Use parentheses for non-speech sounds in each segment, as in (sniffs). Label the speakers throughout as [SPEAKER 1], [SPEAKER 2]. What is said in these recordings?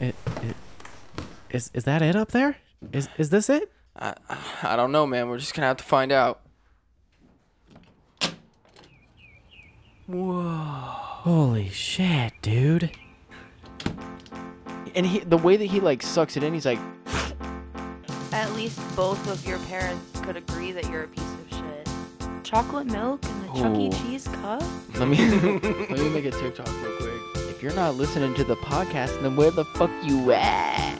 [SPEAKER 1] It, it, is is that it up there? Is is this it?
[SPEAKER 2] I, I don't know, man. We're just gonna have to find out.
[SPEAKER 1] Holy shit, dude!
[SPEAKER 2] And he, the way that he like sucks it in, he's like,
[SPEAKER 3] At least both of your parents could agree that you're a piece of shit. Chocolate milk in the Chuck E.
[SPEAKER 2] Ooh.
[SPEAKER 3] Cheese cup?
[SPEAKER 2] let me (laughs) let me make a TikTok real quick. If you're not listening to the podcast, then where the fuck you at?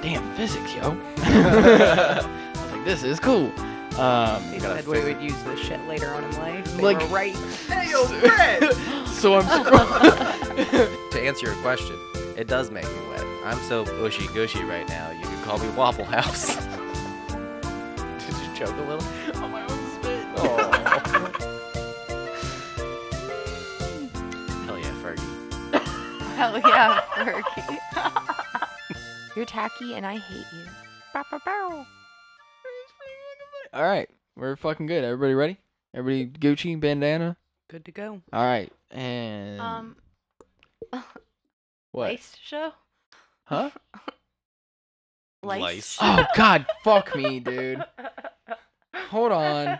[SPEAKER 2] Damn physics, yo. (laughs) I was like, this is cool. Um,
[SPEAKER 4] They said we would use this shit later on in life. They
[SPEAKER 2] Like-
[SPEAKER 4] were right. (laughs)
[SPEAKER 2] (laughs) so I'm (laughs) scrolling.
[SPEAKER 5] To answer your question, it does make me wet. I'm so bushy gushy right now. You can call me Wobble House. (laughs) Did you choke a little?
[SPEAKER 2] on my own spit.
[SPEAKER 5] Oh. Hell yeah, Fergie.
[SPEAKER 3] Hell yeah, Fergie. (laughs) you're tacky and I hate you. Bow, bow, bow.
[SPEAKER 2] (laughs) All right, we're fucking good. Everybody ready? Everybody Gucci bandana.
[SPEAKER 4] Good to go.
[SPEAKER 2] All right, and
[SPEAKER 3] Um,
[SPEAKER 2] what?
[SPEAKER 3] lice show?
[SPEAKER 2] Huh?
[SPEAKER 3] Lice. (laughs)
[SPEAKER 5] Lice.
[SPEAKER 2] Oh God, fuck me, dude. Hold
[SPEAKER 3] (laughs)
[SPEAKER 2] on.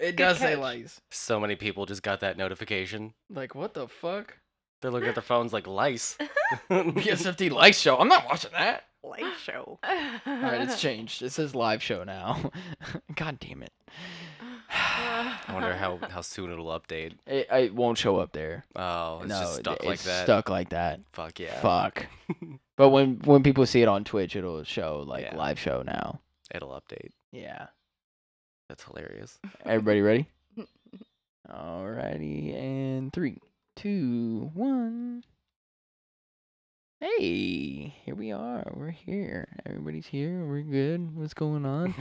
[SPEAKER 2] It does say
[SPEAKER 4] catch.
[SPEAKER 2] lice.
[SPEAKER 5] so many people just got that notification.
[SPEAKER 2] Like what the
[SPEAKER 5] (laughs)
[SPEAKER 2] fuck?
[SPEAKER 5] They're looking at their phones like (laughs) lice.
[SPEAKER 2] PSFD lice show. I'm not watching that.
[SPEAKER 4] Light show.
[SPEAKER 2] All right,
[SPEAKER 5] (laughs)
[SPEAKER 3] (laughs)
[SPEAKER 2] it's changed. It says live show now. (laughs) God damn it.
[SPEAKER 5] I wonder how, how soon it'll update.
[SPEAKER 2] It, it won't show up there.
[SPEAKER 5] Oh, it's
[SPEAKER 2] no,
[SPEAKER 5] just
[SPEAKER 2] it-
[SPEAKER 5] stuck
[SPEAKER 2] it's
[SPEAKER 5] like that.
[SPEAKER 2] Stuck like that.
[SPEAKER 5] Fuck yeah.
[SPEAKER 2] Fuck. but when when people see it on Twitch, it'll show like
[SPEAKER 5] Yeah.
[SPEAKER 2] live show now.
[SPEAKER 5] (laughs) It'll update.
[SPEAKER 2] Yeah.
[SPEAKER 5] That's hilarious. (laughs)
[SPEAKER 2] Everybody ready? Alrighty, and three, two, one. Hey, here we are. We're here. Everybody's here. We're good. What's going on?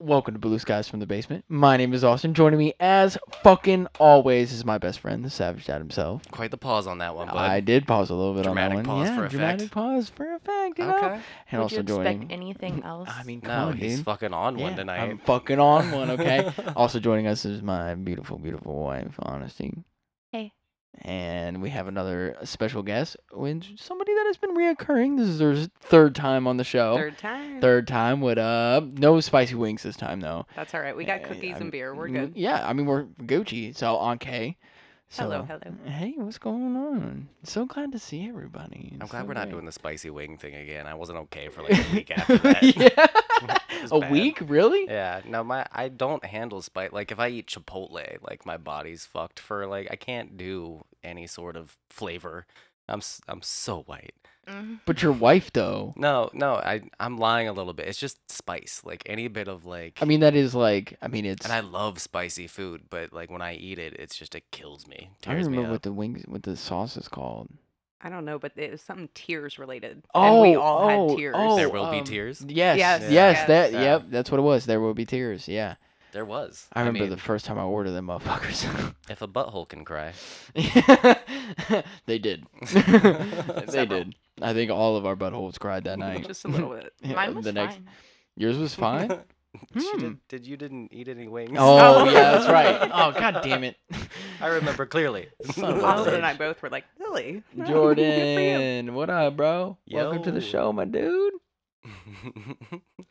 [SPEAKER 2] Welcome to Blue Skies from the Basement. My name is Austin. Joining me, as fucking always, is my best friend, the Savage Dad himself.
[SPEAKER 5] Quite the pause on that one, bud.
[SPEAKER 2] I did pause a little bit on
[SPEAKER 5] Dramatic
[SPEAKER 2] that one.
[SPEAKER 5] pause
[SPEAKER 2] yeah,
[SPEAKER 5] for effect.
[SPEAKER 2] dramatic pause for effect. You know?
[SPEAKER 5] Okay.
[SPEAKER 2] And
[SPEAKER 3] Would
[SPEAKER 2] also
[SPEAKER 3] you expect
[SPEAKER 2] joining.
[SPEAKER 3] anything else?
[SPEAKER 2] I mean, come
[SPEAKER 5] No,
[SPEAKER 2] on,
[SPEAKER 5] he's
[SPEAKER 2] dude.
[SPEAKER 5] fucking on one
[SPEAKER 2] Yeah,
[SPEAKER 5] tonight.
[SPEAKER 2] I'm fucking on
[SPEAKER 5] (laughs)
[SPEAKER 2] one, okay? also joining us is my beautiful, beautiful wife, Honesty.
[SPEAKER 3] Hey.
[SPEAKER 2] And we have another special guest, which somebody that has been reoccurring. This is their third time on the show.
[SPEAKER 4] Third time.
[SPEAKER 2] Oh. Third time with uh no spicy wings this time though.
[SPEAKER 4] That's all right. We got
[SPEAKER 2] Uh,
[SPEAKER 4] cookies
[SPEAKER 2] I'm-
[SPEAKER 4] and beer. We're
[SPEAKER 2] Mm,
[SPEAKER 4] good.
[SPEAKER 2] Yeah, I mean we're Gucci, so on K. So,
[SPEAKER 4] Hello, hello.
[SPEAKER 2] Hey, what's going on? So glad to see everybody.
[SPEAKER 5] I'm
[SPEAKER 2] It's
[SPEAKER 5] glad
[SPEAKER 2] so
[SPEAKER 5] we're not
[SPEAKER 2] great.
[SPEAKER 5] doing the spicy wing thing again. I wasn't okay
[SPEAKER 2] (laughs)
[SPEAKER 5] for like a week after that.
[SPEAKER 2] yeah.
[SPEAKER 5] (laughs) It was
[SPEAKER 2] A
[SPEAKER 5] bad.
[SPEAKER 2] week, really?
[SPEAKER 5] Yeah, no, my I don't handle spice. Like if I eat Chipotle, like my body's fucked for like I can't do any sort of flavor. I'm s- I'm so white.
[SPEAKER 3] Mm.
[SPEAKER 2] But your wife though.
[SPEAKER 5] No, no, I I'm lying a little bit. It's just spice, like any bit of like.
[SPEAKER 2] I mean that is like I mean it's
[SPEAKER 5] and I love spicy food, but like when I eat it, it's just it kills me,
[SPEAKER 2] I
[SPEAKER 5] tears
[SPEAKER 2] don't
[SPEAKER 5] me
[SPEAKER 2] remember
[SPEAKER 5] up.
[SPEAKER 2] what the wings what the sauce is called.
[SPEAKER 4] I don't know, but it was something tears related. and we
[SPEAKER 2] Oh,
[SPEAKER 4] all
[SPEAKER 2] oh,
[SPEAKER 4] had tears.
[SPEAKER 2] oh.
[SPEAKER 5] there will be
[SPEAKER 2] um,
[SPEAKER 5] tears.
[SPEAKER 2] Yes, yes,
[SPEAKER 4] Yes,
[SPEAKER 5] yes,
[SPEAKER 2] that
[SPEAKER 5] yeah.
[SPEAKER 2] yep, that's what it was. There will be tears. Yeah,
[SPEAKER 5] There was.
[SPEAKER 2] I remember
[SPEAKER 5] mean,
[SPEAKER 2] the first time I ordered them motherfuckers. (laughs)
[SPEAKER 5] if a butthole can cry.
[SPEAKER 2] they
[SPEAKER 5] (laughs)
[SPEAKER 2] did. they
[SPEAKER 5] Several.
[SPEAKER 2] did. I think all of our buttholes cried that night.
[SPEAKER 4] Just a little bit.
[SPEAKER 2] (laughs) Yeah,
[SPEAKER 3] Mine was
[SPEAKER 2] the next
[SPEAKER 3] fine.
[SPEAKER 2] yours
[SPEAKER 3] (laughs)
[SPEAKER 2] was fine.
[SPEAKER 5] (laughs) She
[SPEAKER 2] Hmm.
[SPEAKER 5] did, did you didn't eat any wings?
[SPEAKER 2] oh yeah,
[SPEAKER 3] (laughs)
[SPEAKER 5] (laughs)
[SPEAKER 2] that's right. (laughs) Oh god damn it,
[SPEAKER 5] I remember clearly.
[SPEAKER 2] Son of a
[SPEAKER 4] Austin and
[SPEAKER 2] bitch.
[SPEAKER 4] I both were like, Lily.
[SPEAKER 2] (laughs) Jordan. What up, bro? Welcome to the
[SPEAKER 5] Yo.
[SPEAKER 2] show, my dude.
[SPEAKER 5] (laughs)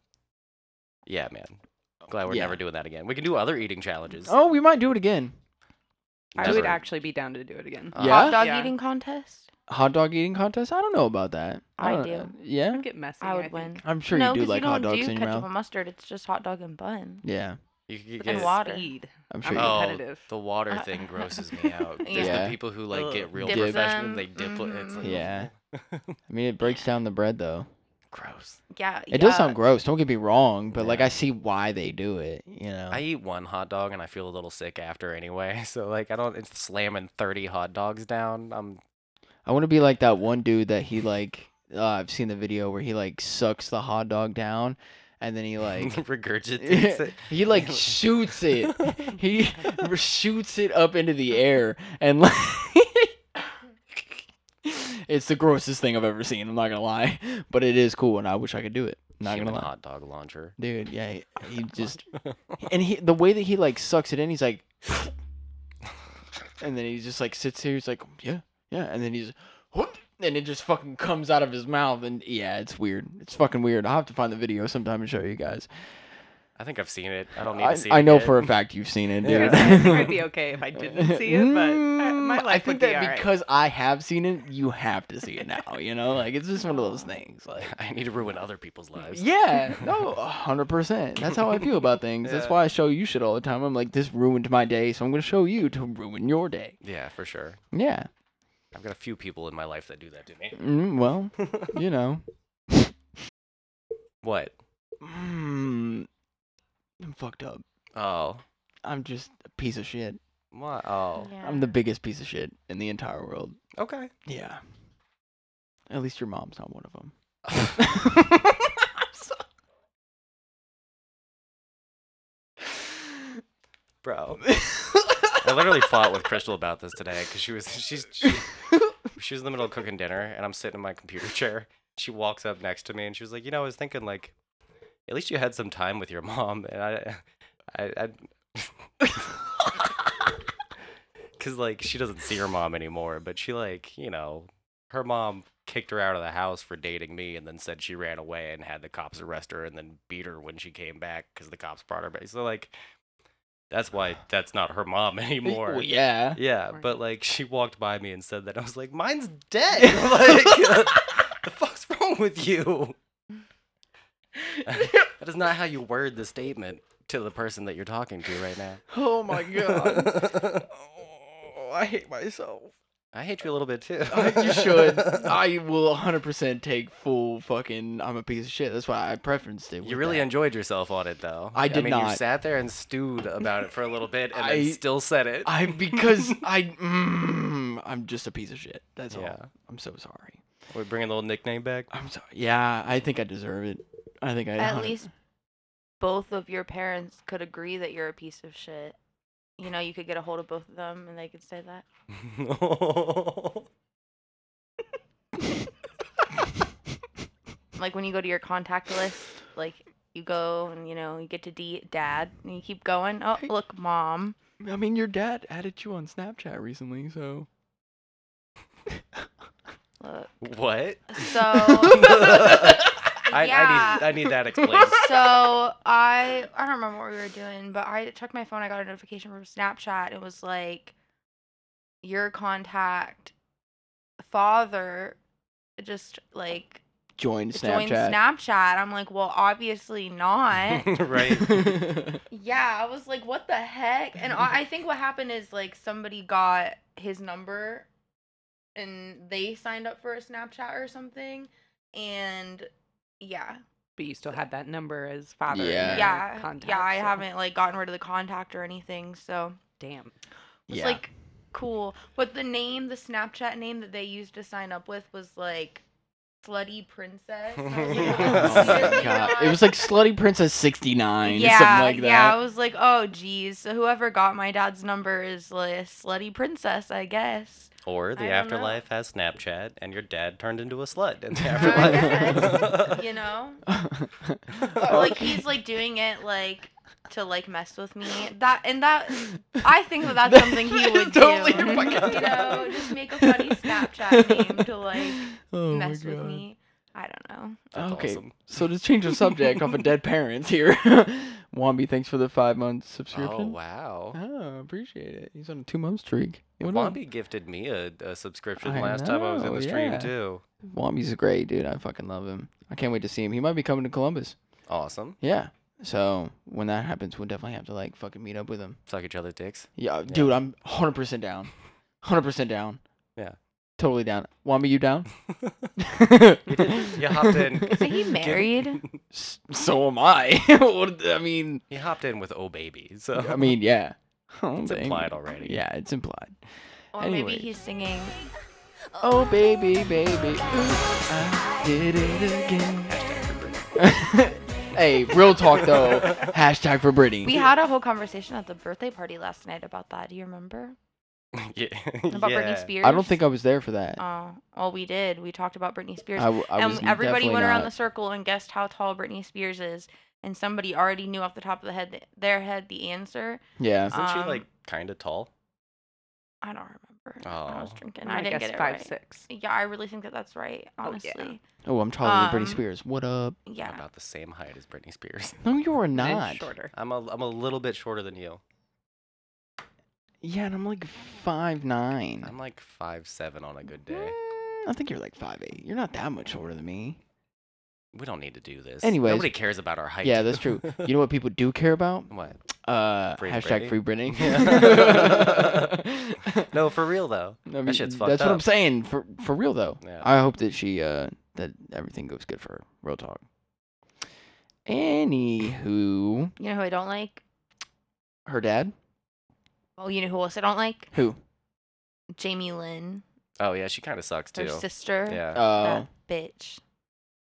[SPEAKER 5] yeah, man. Glad we're
[SPEAKER 2] Yeah.
[SPEAKER 5] never doing that again. We can do other eating challenges.
[SPEAKER 2] Oh, we might do it again.
[SPEAKER 4] I would
[SPEAKER 5] Never.
[SPEAKER 4] actually be down to do it again.
[SPEAKER 5] Uh,
[SPEAKER 2] Oh, Yeah?
[SPEAKER 3] Hot dog
[SPEAKER 4] Yeah.
[SPEAKER 3] eating contest?
[SPEAKER 2] Hot dog eating contest? I don't know about that.
[SPEAKER 3] I
[SPEAKER 2] don't-
[SPEAKER 3] do.
[SPEAKER 2] Yeah,
[SPEAKER 4] I'd get messy.
[SPEAKER 3] I would
[SPEAKER 4] think.
[SPEAKER 3] win.
[SPEAKER 2] I'm sure
[SPEAKER 3] no,
[SPEAKER 2] you do
[SPEAKER 3] 'cause
[SPEAKER 2] like
[SPEAKER 3] you
[SPEAKER 2] hot
[SPEAKER 3] don't
[SPEAKER 2] dogs
[SPEAKER 3] do
[SPEAKER 2] in your
[SPEAKER 3] ketchup
[SPEAKER 2] mouth.
[SPEAKER 3] and mustard. It's just hot dog and bun.
[SPEAKER 2] Yeah,
[SPEAKER 5] You could
[SPEAKER 4] But
[SPEAKER 3] And
[SPEAKER 5] get-
[SPEAKER 4] then
[SPEAKER 3] water.
[SPEAKER 4] (laughs) Speed.
[SPEAKER 2] I'm
[SPEAKER 4] I'm
[SPEAKER 2] sure. you
[SPEAKER 5] Oh,
[SPEAKER 4] competitive.
[SPEAKER 5] the water
[SPEAKER 3] Uh,
[SPEAKER 5] thing grosses me out. There's
[SPEAKER 2] Yeah.
[SPEAKER 5] the people who like get
[SPEAKER 4] Ugh.
[SPEAKER 5] real
[SPEAKER 3] Dip
[SPEAKER 5] professional
[SPEAKER 3] them.
[SPEAKER 5] and they dip it. It's like,
[SPEAKER 2] Yeah. I mean, it breaks down the bread though.
[SPEAKER 5] (laughs) gross.
[SPEAKER 3] Yeah.
[SPEAKER 2] It does sound gross. Don't get me wrong, but like
[SPEAKER 5] Yeah.
[SPEAKER 2] I see why they do it. You know.
[SPEAKER 5] I eat one hot dog and I feel a little sick after anyway. (laughs) So like I don't. It's slamming thirty hot dogs down. I'm
[SPEAKER 2] I want to be like that one dude that he like. Uh, I've seen the video where he like sucks the hot dog down, and then he
[SPEAKER 5] (laughs)
[SPEAKER 2] like (laughs)
[SPEAKER 5] regurgitates it.
[SPEAKER 2] he like shoots it. He shoots it up into the air, and like (laughs) it's the grossest thing I've ever seen. I'm not gonna lie, but it is cool, and I wish I could do it. Not
[SPEAKER 5] Human
[SPEAKER 2] gonna lie,
[SPEAKER 5] hot dog launcher.
[SPEAKER 2] dude. Yeah, he,
[SPEAKER 4] (laughs)
[SPEAKER 2] he just and he the way that he like sucks it in, he's like. And then he just like sits here. He's like, yeah, yeah. And then he's, (laughs) whoop, and it just fucking comes out of his mouth. And yeah, it's weird. It's fucking weird. I'll have to find the video sometime and show you guys.
[SPEAKER 5] I think I've seen it. I don't need to
[SPEAKER 2] I,
[SPEAKER 5] see it.
[SPEAKER 2] I know
[SPEAKER 5] again.
[SPEAKER 2] for a fact you've seen
[SPEAKER 4] (laughs)
[SPEAKER 2] it, dude.
[SPEAKER 4] It might be okay if I didn't see it, but uh,
[SPEAKER 2] (laughs)
[SPEAKER 4] my
[SPEAKER 2] Mm,
[SPEAKER 4] life
[SPEAKER 2] I think
[SPEAKER 4] would be
[SPEAKER 2] that
[SPEAKER 4] all right.
[SPEAKER 2] because I have seen it, you have to see it now. You know, like it's just one of those things. Like,
[SPEAKER 5] (laughs) I need to ruin other people's lives.
[SPEAKER 2] yeah, (laughs) no, hundred percent. That's how I feel about things. That's
[SPEAKER 5] Yeah.
[SPEAKER 2] why I show you shit all the time. I'm like, this ruined my day, so I'm gonna show you to ruin your day.
[SPEAKER 5] (laughs) Yeah, for sure.
[SPEAKER 2] Yeah.
[SPEAKER 5] I've got a few people in my life that do that to me.
[SPEAKER 2] Mm, well, (laughs) you know.
[SPEAKER 5] (laughs) What?
[SPEAKER 2] Mm, I'm fucked up.
[SPEAKER 5] Oh.
[SPEAKER 2] I'm just a piece of shit.
[SPEAKER 5] What? Oh.
[SPEAKER 2] I'm the biggest piece of shit in the entire world.
[SPEAKER 5] Okay.
[SPEAKER 2] Yeah. At least your mom's not one of them.
[SPEAKER 5] Bro. I literally fought with Crystal about this today because she was she's she, she was in the middle of cooking dinner and I'm sitting in my computer (laughs) chair. She walks up next to me and she was like, you know, I was thinking like, at least you had some time with your mom and I, I, I (laughs) because like she doesn't see her mom anymore, but she like you know her mom kicked her out of the house for dating me and then said she ran away and had the cops arrest her and then beat her when she came back because the cops brought her back. So like. That's why that's not her mom (laughs) anymore.
[SPEAKER 2] Well, yeah. (laughs)
[SPEAKER 5] Yeah,
[SPEAKER 4] Right.
[SPEAKER 5] but like she walked by me and said that. I was like, mine's
[SPEAKER 2] (laughs)
[SPEAKER 5] dead. like, (laughs) the fuck's wrong
[SPEAKER 2] (laughs)
[SPEAKER 5] with you? that is not how you word the statement to the person that you're talking to right now.
[SPEAKER 2] Oh my god. (laughs) oh, I hate myself.
[SPEAKER 5] I hate you a little bit too.
[SPEAKER 2] Uh, you
[SPEAKER 5] (laughs)
[SPEAKER 2] should. I will 100% take full fucking. I'm a piece of shit. That's why I preferenced it.
[SPEAKER 5] You
[SPEAKER 2] with
[SPEAKER 5] really
[SPEAKER 2] that.
[SPEAKER 5] enjoyed yourself on it though.
[SPEAKER 2] I did
[SPEAKER 5] mean, You
[SPEAKER 2] not.
[SPEAKER 5] sat there and stewed about it for a little bit and
[SPEAKER 2] I-
[SPEAKER 5] then still said it.
[SPEAKER 2] I
[SPEAKER 5] (laughs)
[SPEAKER 2] because I. Mm, I'm just a piece of shit. That's
[SPEAKER 5] Yeah.
[SPEAKER 2] all. I'm so sorry.
[SPEAKER 5] We're bringing the old nickname back.
[SPEAKER 2] I'm sorry. Yeah, I think I deserve it. I think I.
[SPEAKER 3] At
[SPEAKER 2] 100 (laughs)
[SPEAKER 3] least both of your parents could agree that you're a piece of shit. You know, you could get a hold of both of them and they could say that. Like when you go to your contact list, like you go and you know, you get to D dad and you keep going. Oh, look, mom.
[SPEAKER 2] I mean, your dad added you on Snapchat recently, so.
[SPEAKER 3] Look.
[SPEAKER 2] (laughs)
[SPEAKER 5] (laughs) what? (laughs)
[SPEAKER 3] So
[SPEAKER 5] I,
[SPEAKER 3] Yeah.
[SPEAKER 5] I need I need
[SPEAKER 2] (laughs)
[SPEAKER 5] that explained.
[SPEAKER 3] so I I don't remember what we were doing, but I checked my phone. I got a notification from Snapchat. It was like your contact father just like
[SPEAKER 2] Join
[SPEAKER 3] joined (laughs)
[SPEAKER 2] Snapchat.
[SPEAKER 3] Snapchat. I'm like, well, obviously not.
[SPEAKER 5] (laughs) right.
[SPEAKER 3] yeah, I was like, what the heck? And I, I think what happened is like somebody got his number, and they signed up for a Snapchat or something, and yeah,
[SPEAKER 4] But you still had that number as father. in
[SPEAKER 2] Yeah.
[SPEAKER 4] your
[SPEAKER 3] yeah
[SPEAKER 4] contact,
[SPEAKER 3] yeah i
[SPEAKER 4] so-
[SPEAKER 3] haven't like gotten rid of the contact or anything so
[SPEAKER 4] Damn.
[SPEAKER 3] it's
[SPEAKER 2] yeah.
[SPEAKER 3] like cool but the name the snapchat name that they used to sign up with was like slutty princess And
[SPEAKER 2] (laughs)
[SPEAKER 3] I
[SPEAKER 2] (laughs) oh
[SPEAKER 3] was like,
[SPEAKER 2] my
[SPEAKER 3] "Seriously
[SPEAKER 2] god.
[SPEAKER 3] not?"
[SPEAKER 2] It was like Slutty Princess 69.
[SPEAKER 3] yeah,
[SPEAKER 2] Something like that.
[SPEAKER 3] yeah. I was like, oh, geez. So whoever got my dad's number is like slutty princess, I guess.
[SPEAKER 5] Or the
[SPEAKER 3] I don't know.
[SPEAKER 5] afterlife has Snapchat, and your dad turned into a
[SPEAKER 3] (laughs)
[SPEAKER 5] slut in the
[SPEAKER 3] guess.
[SPEAKER 5] afterlife.
[SPEAKER 2] (laughs)
[SPEAKER 3] You know,
[SPEAKER 2] But, (laughs)
[SPEAKER 3] like he's like doing it like to like mess with me. That and that I think
[SPEAKER 2] (laughs)
[SPEAKER 3] that that's something he would
[SPEAKER 2] Totally
[SPEAKER 3] do.
[SPEAKER 2] fucking
[SPEAKER 3] (laughs) you know,
[SPEAKER 2] dumb.
[SPEAKER 3] just make a
[SPEAKER 2] (laughs)
[SPEAKER 3] funny Snapchat name to like
[SPEAKER 2] Oh my
[SPEAKER 3] mess with
[SPEAKER 2] God.
[SPEAKER 3] me. I don't know.
[SPEAKER 5] (laughs) That's
[SPEAKER 2] okay,
[SPEAKER 5] awesome.
[SPEAKER 2] so to change the subject off of dead parents here, (laughs) Womby, thanks for the five month
[SPEAKER 5] Oh
[SPEAKER 2] subscription.
[SPEAKER 5] wow.
[SPEAKER 2] Oh, appreciate it. He's on a two month streak. What up?
[SPEAKER 5] Wombi gifted me a, a subscription
[SPEAKER 2] I
[SPEAKER 5] last time I was in
[SPEAKER 2] know,
[SPEAKER 5] the stream
[SPEAKER 2] yeah.
[SPEAKER 5] too.
[SPEAKER 2] Womby's great, dude. I fucking love him. I can't wait to see him. He might be coming to Columbus.
[SPEAKER 5] Awesome.
[SPEAKER 2] Yeah. So when that happens, we'll definitely have to like fucking meet up with him.
[SPEAKER 5] Suck each other's dicks. (laughs)
[SPEAKER 2] Yeah, dude, I'm 100% down. 100% down.
[SPEAKER 5] Yeah.
[SPEAKER 2] Totally down. Womby, you down? (laughs)
[SPEAKER 5] You did. You hopped in.
[SPEAKER 3] Is he married?
[SPEAKER 2] S- So am I. (laughs) What- I mean,
[SPEAKER 5] He hopped in with oh baby. So
[SPEAKER 2] I mean, yeah.
[SPEAKER 5] (laughs) it's implied already.
[SPEAKER 2] Yeah, it's implied.
[SPEAKER 3] Or
[SPEAKER 2] Anyway.
[SPEAKER 3] maybe he's singing.
[SPEAKER 2] Oh baby, baby, ooh, I did it again. (laughs)
[SPEAKER 5] Hashtag for Britney.
[SPEAKER 2] hey, real talk
[SPEAKER 5] (laughs)
[SPEAKER 2] though. Hashtag for Brittany.
[SPEAKER 3] We had a whole conversation at the birthday party last night about that. Do you remember?
[SPEAKER 5] (laughs) yeah.
[SPEAKER 3] About
[SPEAKER 5] yeah.
[SPEAKER 3] Britney Spears.
[SPEAKER 2] I don't think I was there for that.
[SPEAKER 3] Oh, well, we did. We talked about Britney Spears.
[SPEAKER 2] I, w- I was
[SPEAKER 3] and everybody
[SPEAKER 2] definitely
[SPEAKER 3] went around the
[SPEAKER 2] not-
[SPEAKER 3] circle and guessed how tall Britney Spears is, and somebody already knew off the top of the head their head the answer.
[SPEAKER 2] Yeah.
[SPEAKER 5] Isn't she
[SPEAKER 3] Um,
[SPEAKER 5] like kind of tall?
[SPEAKER 3] I don't remember. I was
[SPEAKER 5] Oh.
[SPEAKER 3] drinking.
[SPEAKER 4] I'm
[SPEAKER 3] I
[SPEAKER 4] gonna
[SPEAKER 3] didn't
[SPEAKER 4] guess
[SPEAKER 3] get it
[SPEAKER 4] five,
[SPEAKER 3] right.
[SPEAKER 4] six.
[SPEAKER 3] Yeah, I really think that that's right.
[SPEAKER 4] yeah.
[SPEAKER 3] Honestly,
[SPEAKER 2] Oh, I'm taller than Britney
[SPEAKER 3] Um,
[SPEAKER 2] Spears. What up?
[SPEAKER 3] yeah.
[SPEAKER 5] About the same height as Britney Spears. (laughs)
[SPEAKER 2] No, you are
[SPEAKER 4] And
[SPEAKER 2] not.
[SPEAKER 4] shorter.
[SPEAKER 5] I'm a, I'm a little bit shorter than you.
[SPEAKER 2] Yeah, and I'm like five nine. Mm,
[SPEAKER 5] I'm like five seven on a good day.
[SPEAKER 2] I think you're like five eight. You're not that much shorter than me.
[SPEAKER 5] We don't need to do this.
[SPEAKER 2] Anyways.
[SPEAKER 5] nobody cares about our height.
[SPEAKER 2] Yeah, that's
[SPEAKER 5] (laughs)
[SPEAKER 2] true. You know what people do care about?
[SPEAKER 5] what?
[SPEAKER 2] Uh,
[SPEAKER 5] Free to
[SPEAKER 2] hashtag
[SPEAKER 5] Britney?
[SPEAKER 2] free Britney.
[SPEAKER 5] Yeah. (laughs) No, for real though.
[SPEAKER 2] I mean,
[SPEAKER 5] That shit's fucked
[SPEAKER 2] That's what I'm
[SPEAKER 5] up.
[SPEAKER 2] saying. For for real though.
[SPEAKER 5] Yeah.
[SPEAKER 2] I hope that she uh that everything goes good for her. Real talk. Anywho,
[SPEAKER 3] You know who I don't like?
[SPEAKER 2] her dad.
[SPEAKER 3] Well, you know who else I don't like?
[SPEAKER 2] Who?
[SPEAKER 3] Jamie Lynn,
[SPEAKER 5] Oh yeah, she kind of sucks
[SPEAKER 3] her
[SPEAKER 5] too.
[SPEAKER 3] sister.
[SPEAKER 5] Yeah.
[SPEAKER 2] Uh,
[SPEAKER 5] oh.
[SPEAKER 3] That bitch.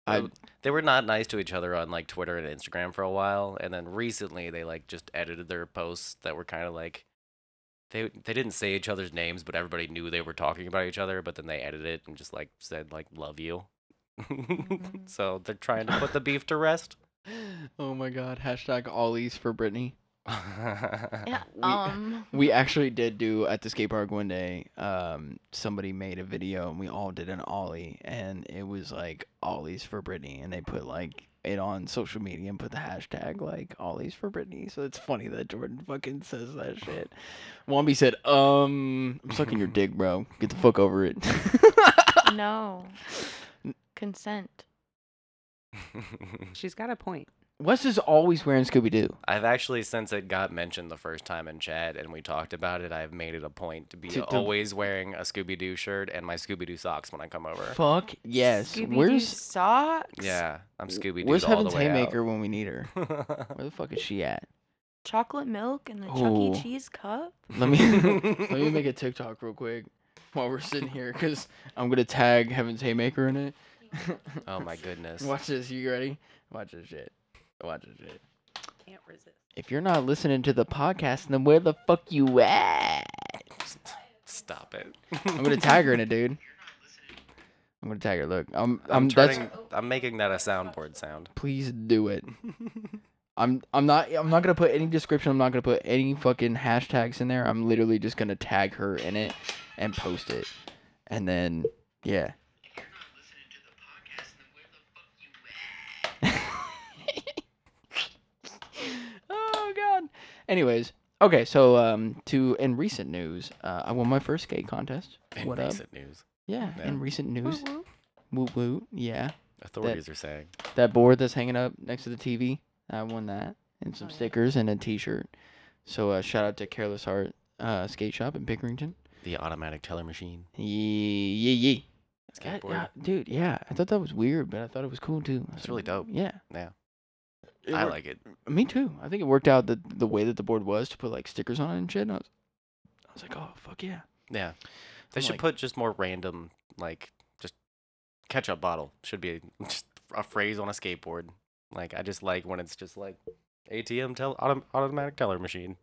[SPEAKER 2] I,
[SPEAKER 5] they were not nice to each other on like Twitter and Instagram for a while, and then recently they like just edited their posts that were kind of like they they didn't say each other's names, but everybody knew they were talking about each other. But then they edited it and just like said like "love you," (laughs) so they're trying to put the beef to (laughs) rest.
[SPEAKER 2] oh my god. Hashtag ollies for Britney.
[SPEAKER 5] Uh-huh. (laughs)
[SPEAKER 3] Yeah.
[SPEAKER 2] We- (laughs)
[SPEAKER 3] Um.
[SPEAKER 2] We actually did do at the skate park one day. Um, somebody made a video and we all did an ollie, and it was like ollies for Britney, and they put like it on social media and put the hashtag like ollies for Britney. So it's funny that Jordan fucking says that shit. Womby said, "Um, I'm sucking your dick, bro. Get the fuck over it." (laughs)
[SPEAKER 3] no. Consent.
[SPEAKER 4] She's got a point.
[SPEAKER 2] Wes is always wearing Scooby Doo.
[SPEAKER 5] I've actually, since it got mentioned the first time in chat and we talked about it, I've made it a point to be
[SPEAKER 2] To- to-
[SPEAKER 5] always wearing a Scooby Doo shirt and my Scooby Doo socks when I come over.
[SPEAKER 2] Fuck yes.
[SPEAKER 3] Scooby-Doo
[SPEAKER 2] where's
[SPEAKER 3] socks?
[SPEAKER 5] Yeah, I'm Scooby Doo.
[SPEAKER 2] where's
[SPEAKER 5] all
[SPEAKER 2] Heaven's
[SPEAKER 5] the way
[SPEAKER 2] Haymaker when we need her?
[SPEAKER 5] out.
[SPEAKER 2] Where the fuck is she at?
[SPEAKER 3] Chocolate milk and the Chuck
[SPEAKER 2] Ooh.
[SPEAKER 3] E. Cheese cup.
[SPEAKER 2] Let me let me make a TikTok real quick while we're sitting here because I'm gonna tag Heaven's Haymaker in it.
[SPEAKER 5] (laughs) Oh my goodness.
[SPEAKER 2] Watch this. You ready? Watch this shit. Watch this shit.
[SPEAKER 4] Can't resist.
[SPEAKER 2] If you're not listening to the podcast, then where the fuck you at?
[SPEAKER 5] Stop it.
[SPEAKER 2] I'm gonna tag her in it, dude. I'm gonna tag her. Look, I'm I'm,
[SPEAKER 5] (laughs) I'm
[SPEAKER 2] that's-
[SPEAKER 5] turning, I'm making that a soundboard sound.
[SPEAKER 2] please do
[SPEAKER 5] (laughs)
[SPEAKER 2] it. I'm I'm not I'm not gonna put any description. I'm not gonna put any fucking hashtags in there. I'm literally just gonna tag her in it and post it, and then
[SPEAKER 5] (laughs)
[SPEAKER 2] yeah. oh god. Anyways, okay. So um, to in recent news, uh, I won my first skate contest.
[SPEAKER 5] In
[SPEAKER 2] what up?
[SPEAKER 5] recent news,
[SPEAKER 2] Yeah,
[SPEAKER 5] Yeah.
[SPEAKER 2] in recent news. Woo woo. Yeah
[SPEAKER 5] authorities are saying.
[SPEAKER 2] that board that's hanging up next to the TV. I won that and some
[SPEAKER 4] Oh, yeah.
[SPEAKER 2] stickers and a T-shirt. So uh, shout out to Careless Heart uh, Skate Shop in Pickerington.
[SPEAKER 5] The automatic teller machine.
[SPEAKER 2] Yeah, yeah, yeah. That-
[SPEAKER 5] Skateboard.
[SPEAKER 2] uh, dude. Yeah, I thought that was weird, but I thought it was cool too. I
[SPEAKER 5] It's
[SPEAKER 2] said,
[SPEAKER 5] really dope.
[SPEAKER 2] Yeah,
[SPEAKER 5] Yeah.
[SPEAKER 2] It
[SPEAKER 5] I
[SPEAKER 2] worked-
[SPEAKER 5] like it.
[SPEAKER 2] Me too. I think it worked out the the way that the board was to put like stickers on it and shit. And I was, I was like, oh fuck yeah.
[SPEAKER 5] Yeah. They
[SPEAKER 2] I'm
[SPEAKER 5] should
[SPEAKER 2] like-
[SPEAKER 5] put just more random, like, just ketchup bottle should be (laughs) just a phrase on a skateboard. Like, I just like when it's just like ATM tell autom- automatic teller machine.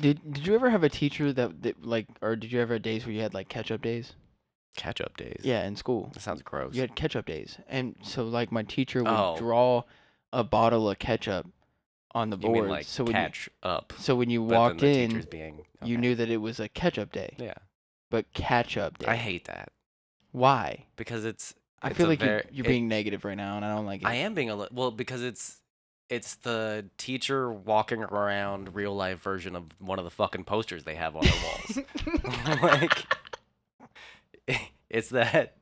[SPEAKER 2] Did Did you ever have a teacher that, that like, or did you ever have days where you had like catch up days?
[SPEAKER 5] Ketchup days.
[SPEAKER 2] Yeah, in school.
[SPEAKER 5] That sounds gross.
[SPEAKER 2] You had ketchup days, and so like my teacher would
[SPEAKER 5] Oh.
[SPEAKER 2] draw a bottle of ketchup on the
[SPEAKER 5] you
[SPEAKER 2] board.
[SPEAKER 5] mean like
[SPEAKER 2] so when
[SPEAKER 5] catch up?
[SPEAKER 2] you, so when you
[SPEAKER 5] but then
[SPEAKER 2] walked
[SPEAKER 5] the
[SPEAKER 2] in,
[SPEAKER 5] teacher's being,
[SPEAKER 2] you
[SPEAKER 5] okay.
[SPEAKER 2] knew that it was a ketchup day,
[SPEAKER 5] Yeah.
[SPEAKER 2] but catch up day.
[SPEAKER 5] I hate that
[SPEAKER 2] Why?
[SPEAKER 5] because it's.
[SPEAKER 2] I
[SPEAKER 5] It's
[SPEAKER 2] feel
[SPEAKER 5] a
[SPEAKER 2] like
[SPEAKER 5] ver-
[SPEAKER 2] you're, you're
[SPEAKER 5] it-
[SPEAKER 2] being negative right now, and I don't like it.
[SPEAKER 5] I am being a little well because it's it's the teacher walking around real life version of one of the fucking posters they have on their walls. (laughs) like it's that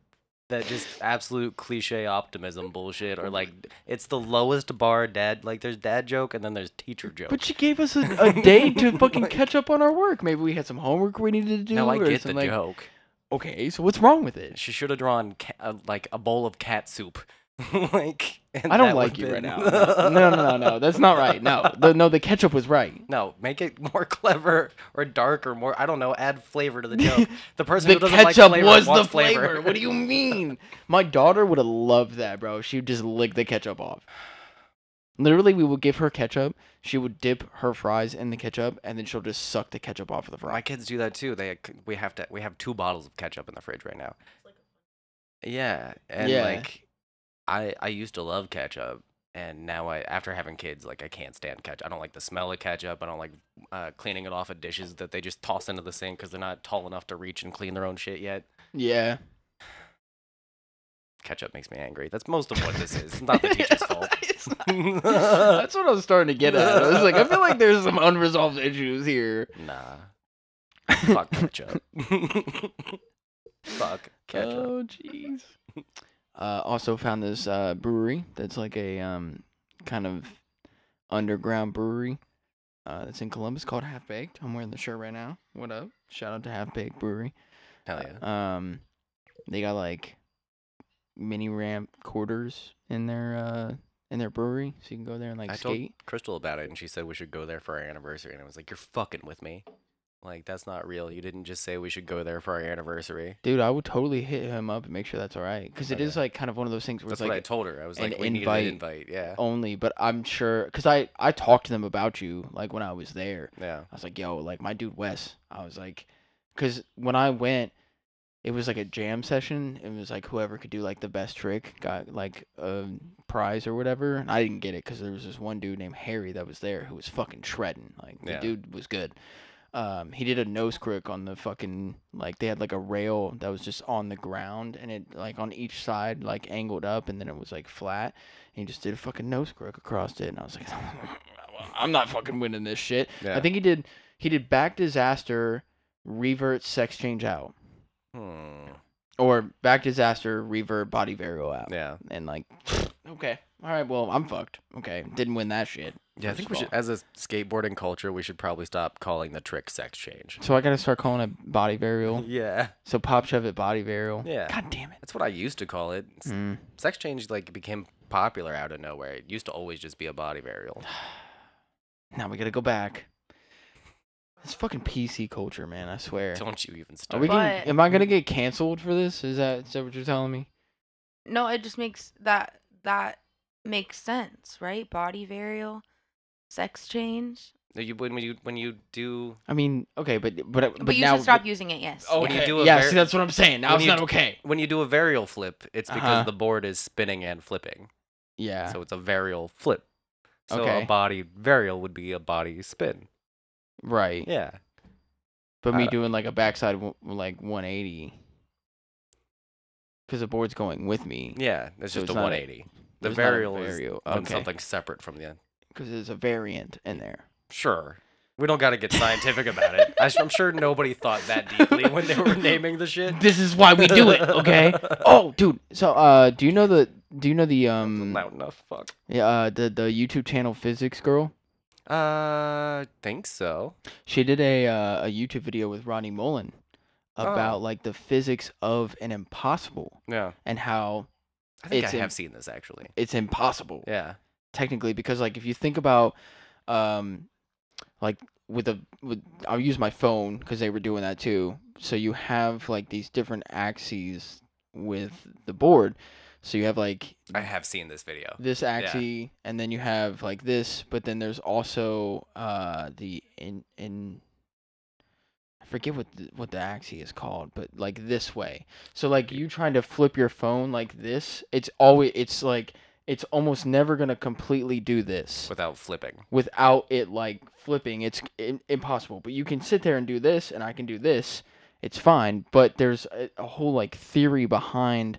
[SPEAKER 5] that just absolute cliche optimism bullshit or like it's the lowest bar dad like there's dad joke and then there's teacher joke.
[SPEAKER 2] But she gave us a,
[SPEAKER 5] (laughs)
[SPEAKER 2] a day to fucking catch up on our work. Maybe we had some homework we needed to do.
[SPEAKER 5] no, I
[SPEAKER 2] or
[SPEAKER 5] get
[SPEAKER 2] some,
[SPEAKER 5] the
[SPEAKER 2] like,
[SPEAKER 5] joke.
[SPEAKER 2] Okay, so what's wrong with
[SPEAKER 5] (laughs)
[SPEAKER 2] it?
[SPEAKER 5] She should have drawn ca- uh, like a bowl of cat soup. (laughs) like and
[SPEAKER 2] I
[SPEAKER 5] that
[SPEAKER 2] don't
[SPEAKER 5] would've
[SPEAKER 2] like you right
[SPEAKER 5] been-
[SPEAKER 2] now. No, no, no, no, no. That's not right. No, the, no, the ketchup was right.
[SPEAKER 5] No, make it (laughs) more clever or darker, more I don't know, add flavor to the joke.
[SPEAKER 2] (laughs)
[SPEAKER 5] The person
[SPEAKER 2] the
[SPEAKER 5] who doesn't like
[SPEAKER 2] ketchup
[SPEAKER 5] flavor
[SPEAKER 2] was
[SPEAKER 5] wants
[SPEAKER 2] the flavor. What
[SPEAKER 5] (laughs)
[SPEAKER 2] do you mean? My daughter would have loved that, bro. She would just lick the ketchup off. Literally, we would give her ketchup. She would dip her fries in the ketchup, and then she'll just suck the ketchup off of the
[SPEAKER 5] My
[SPEAKER 2] fry.
[SPEAKER 5] kids do that too. They we have to we have two bottles of ketchup in the fridge right now. Yeah, and
[SPEAKER 2] Yeah.
[SPEAKER 5] like I I used to love ketchup, And now I, after having kids, like I can't stand ketchup. I don't like the smell of ketchup. I don't like uh, cleaning it off of dishes that they just toss into the sink because they're not tall enough to reach and clean their own shit yet.
[SPEAKER 2] Yeah.
[SPEAKER 5] Ketchup makes me angry. That's most of what this is. It's not
[SPEAKER 2] (laughs)
[SPEAKER 5] the teacher's fault.
[SPEAKER 2] It's not- That's what I was starting to get at. I was like, I feel like there's some unresolved issues here.
[SPEAKER 5] (laughs) nah. Fuck ketchup. Fuck ketchup.
[SPEAKER 2] Oh jeez. Uh, also found this uh, brewery that's like a um, kind of underground brewery uh, that's in Columbus called Half Baked. I'm wearing the shirt right now. What up? Shout out to Half Baked Brewery.
[SPEAKER 5] Hell yeah.
[SPEAKER 2] Um, they got like mini ramp quarters in their uh, in their brewery, so you can go there and like
[SPEAKER 5] I told
[SPEAKER 2] skate.
[SPEAKER 5] Crystal about it, and she said we should go there for our anniversary. And I was like, "You're fucking with me. Like that's not real. You didn't just say we should go there for our anniversary."
[SPEAKER 2] Dude, I would totally hit him up and make sure that's all right because it
[SPEAKER 5] Okay.
[SPEAKER 2] is like kind of one of those things where
[SPEAKER 5] Oh, That's
[SPEAKER 2] it's
[SPEAKER 5] what I
[SPEAKER 2] like
[SPEAKER 5] told her. I was
[SPEAKER 2] an
[SPEAKER 5] like, "We need an invite." Oh. Yeah,
[SPEAKER 2] only. But I'm sure because I I talked to them about you like when I was there.
[SPEAKER 5] yeah.
[SPEAKER 2] I was like, yo, like my dude Wes. I was like, because when I went, it was like a jam session. It was like whoever could do like the best trick got like a prize or whatever. And I didn't get it because there was this one dude named Harry that was there who was fucking shredding. Like
[SPEAKER 5] Yeah.
[SPEAKER 2] the dude was good. Um, he did a nose crick on the fucking like they had like a rail that was just on the ground and it like on each side like angled up and then it was like flat and he just did a fucking nose crick across it and I was like (laughs) I'm not fucking winning this shit.
[SPEAKER 5] yeah.
[SPEAKER 2] I think he did he did back disaster, revert sex change out.
[SPEAKER 5] Hmm.
[SPEAKER 2] Or back disaster, revert body varial out.
[SPEAKER 5] Yeah.
[SPEAKER 2] And like (sniffs) okay. All right, well, I'm fucked. Okay. Didn't win that shit.
[SPEAKER 5] Yeah. I
[SPEAKER 2] First
[SPEAKER 5] think
[SPEAKER 2] of
[SPEAKER 5] we should,
[SPEAKER 2] all.
[SPEAKER 5] as a skateboarding culture, we should probably stop calling the trick sex change.
[SPEAKER 2] So I gotta start calling it body varial.
[SPEAKER 5] Yeah.
[SPEAKER 2] So pop shove it body varial.
[SPEAKER 5] Yeah.
[SPEAKER 2] God damn it.
[SPEAKER 5] That's what I used to call it. S-
[SPEAKER 2] Mm.
[SPEAKER 5] Sex change like became popular out of nowhere. It used to always just be a
[SPEAKER 2] (laughs)
[SPEAKER 5] body burial.
[SPEAKER 2] (sighs) Now we gotta go back. It's fucking PC culture, man, I swear.
[SPEAKER 5] Don't you even
[SPEAKER 2] Are
[SPEAKER 5] start?
[SPEAKER 2] we
[SPEAKER 3] But-
[SPEAKER 2] getting, am I gonna
[SPEAKER 5] Mm.
[SPEAKER 2] get canceled for this? Is that is that what you're telling me?
[SPEAKER 3] No, it just makes that that makes sense, right? Body varial, sex change.
[SPEAKER 5] No, you- when you when you do
[SPEAKER 2] I mean, okay, but but
[SPEAKER 3] But,
[SPEAKER 2] but
[SPEAKER 3] you
[SPEAKER 2] now
[SPEAKER 3] should stop using it. Yes.
[SPEAKER 2] Okay.
[SPEAKER 5] Oh, When you do a
[SPEAKER 2] yeah,
[SPEAKER 5] var-
[SPEAKER 2] see, that's what I'm saying. Now
[SPEAKER 5] when
[SPEAKER 2] it's
[SPEAKER 5] you
[SPEAKER 2] not
[SPEAKER 5] d-
[SPEAKER 2] okay.
[SPEAKER 5] when you do a varial flip, it's because
[SPEAKER 2] Uh-huh.
[SPEAKER 5] the board is spinning and flipping.
[SPEAKER 2] Yeah.
[SPEAKER 5] So it's a varial flip. So
[SPEAKER 2] Okay.
[SPEAKER 5] a body varial would be a body spin.
[SPEAKER 2] Right.
[SPEAKER 5] Yeah.
[SPEAKER 2] But
[SPEAKER 5] I
[SPEAKER 2] me
[SPEAKER 5] don't-
[SPEAKER 2] doing like a backside w- like 180 because the board's going with me.
[SPEAKER 5] Yeah. It's
[SPEAKER 2] So it's
[SPEAKER 5] just a
[SPEAKER 2] not a-
[SPEAKER 5] 180 the
[SPEAKER 2] There's not a
[SPEAKER 5] varial is
[SPEAKER 2] varial.
[SPEAKER 5] on
[SPEAKER 2] Okay.
[SPEAKER 5] something separate from the.
[SPEAKER 2] Because there's a variant in there.
[SPEAKER 5] Sure. We don't got to get scientific about it. I, am sure nobody thought that deeply when they
[SPEAKER 2] (laughs)
[SPEAKER 5] were naming the shit.
[SPEAKER 2] This is why we do it,
[SPEAKER 5] (laughs)
[SPEAKER 2] okay? oh, dude. So, uh, do you know the do you know the um
[SPEAKER 5] Loud enough. Fuck.
[SPEAKER 2] yeah, uh the the YouTube channel Physics Girl?
[SPEAKER 5] Uh, think so.
[SPEAKER 2] She did a uh, a YouTube video with Ronnie Mullen about
[SPEAKER 5] Oh.
[SPEAKER 2] like the physics of an impossible
[SPEAKER 5] Yeah.
[SPEAKER 2] and how
[SPEAKER 5] I think
[SPEAKER 2] It's
[SPEAKER 5] I
[SPEAKER 2] in-
[SPEAKER 5] have seen this actually.
[SPEAKER 2] it's impossible.
[SPEAKER 5] Yeah.
[SPEAKER 2] technically because like if you think about um like with a with I'll use my phone because they were doing that too. So you have like these different axes with the board. So you have like
[SPEAKER 5] I have seen this video.
[SPEAKER 2] this axis and then you have like this, but then there's also uh the in in I forget what the, what the axis is called, but like this way. So like you trying to flip your phone like this, it's always it's like it's almost never going to completely do this
[SPEAKER 5] Without flipping.
[SPEAKER 2] without it like flipping it's i- impossible but you can sit there and do this and i can do this it's fine but there's a, a whole like theory behind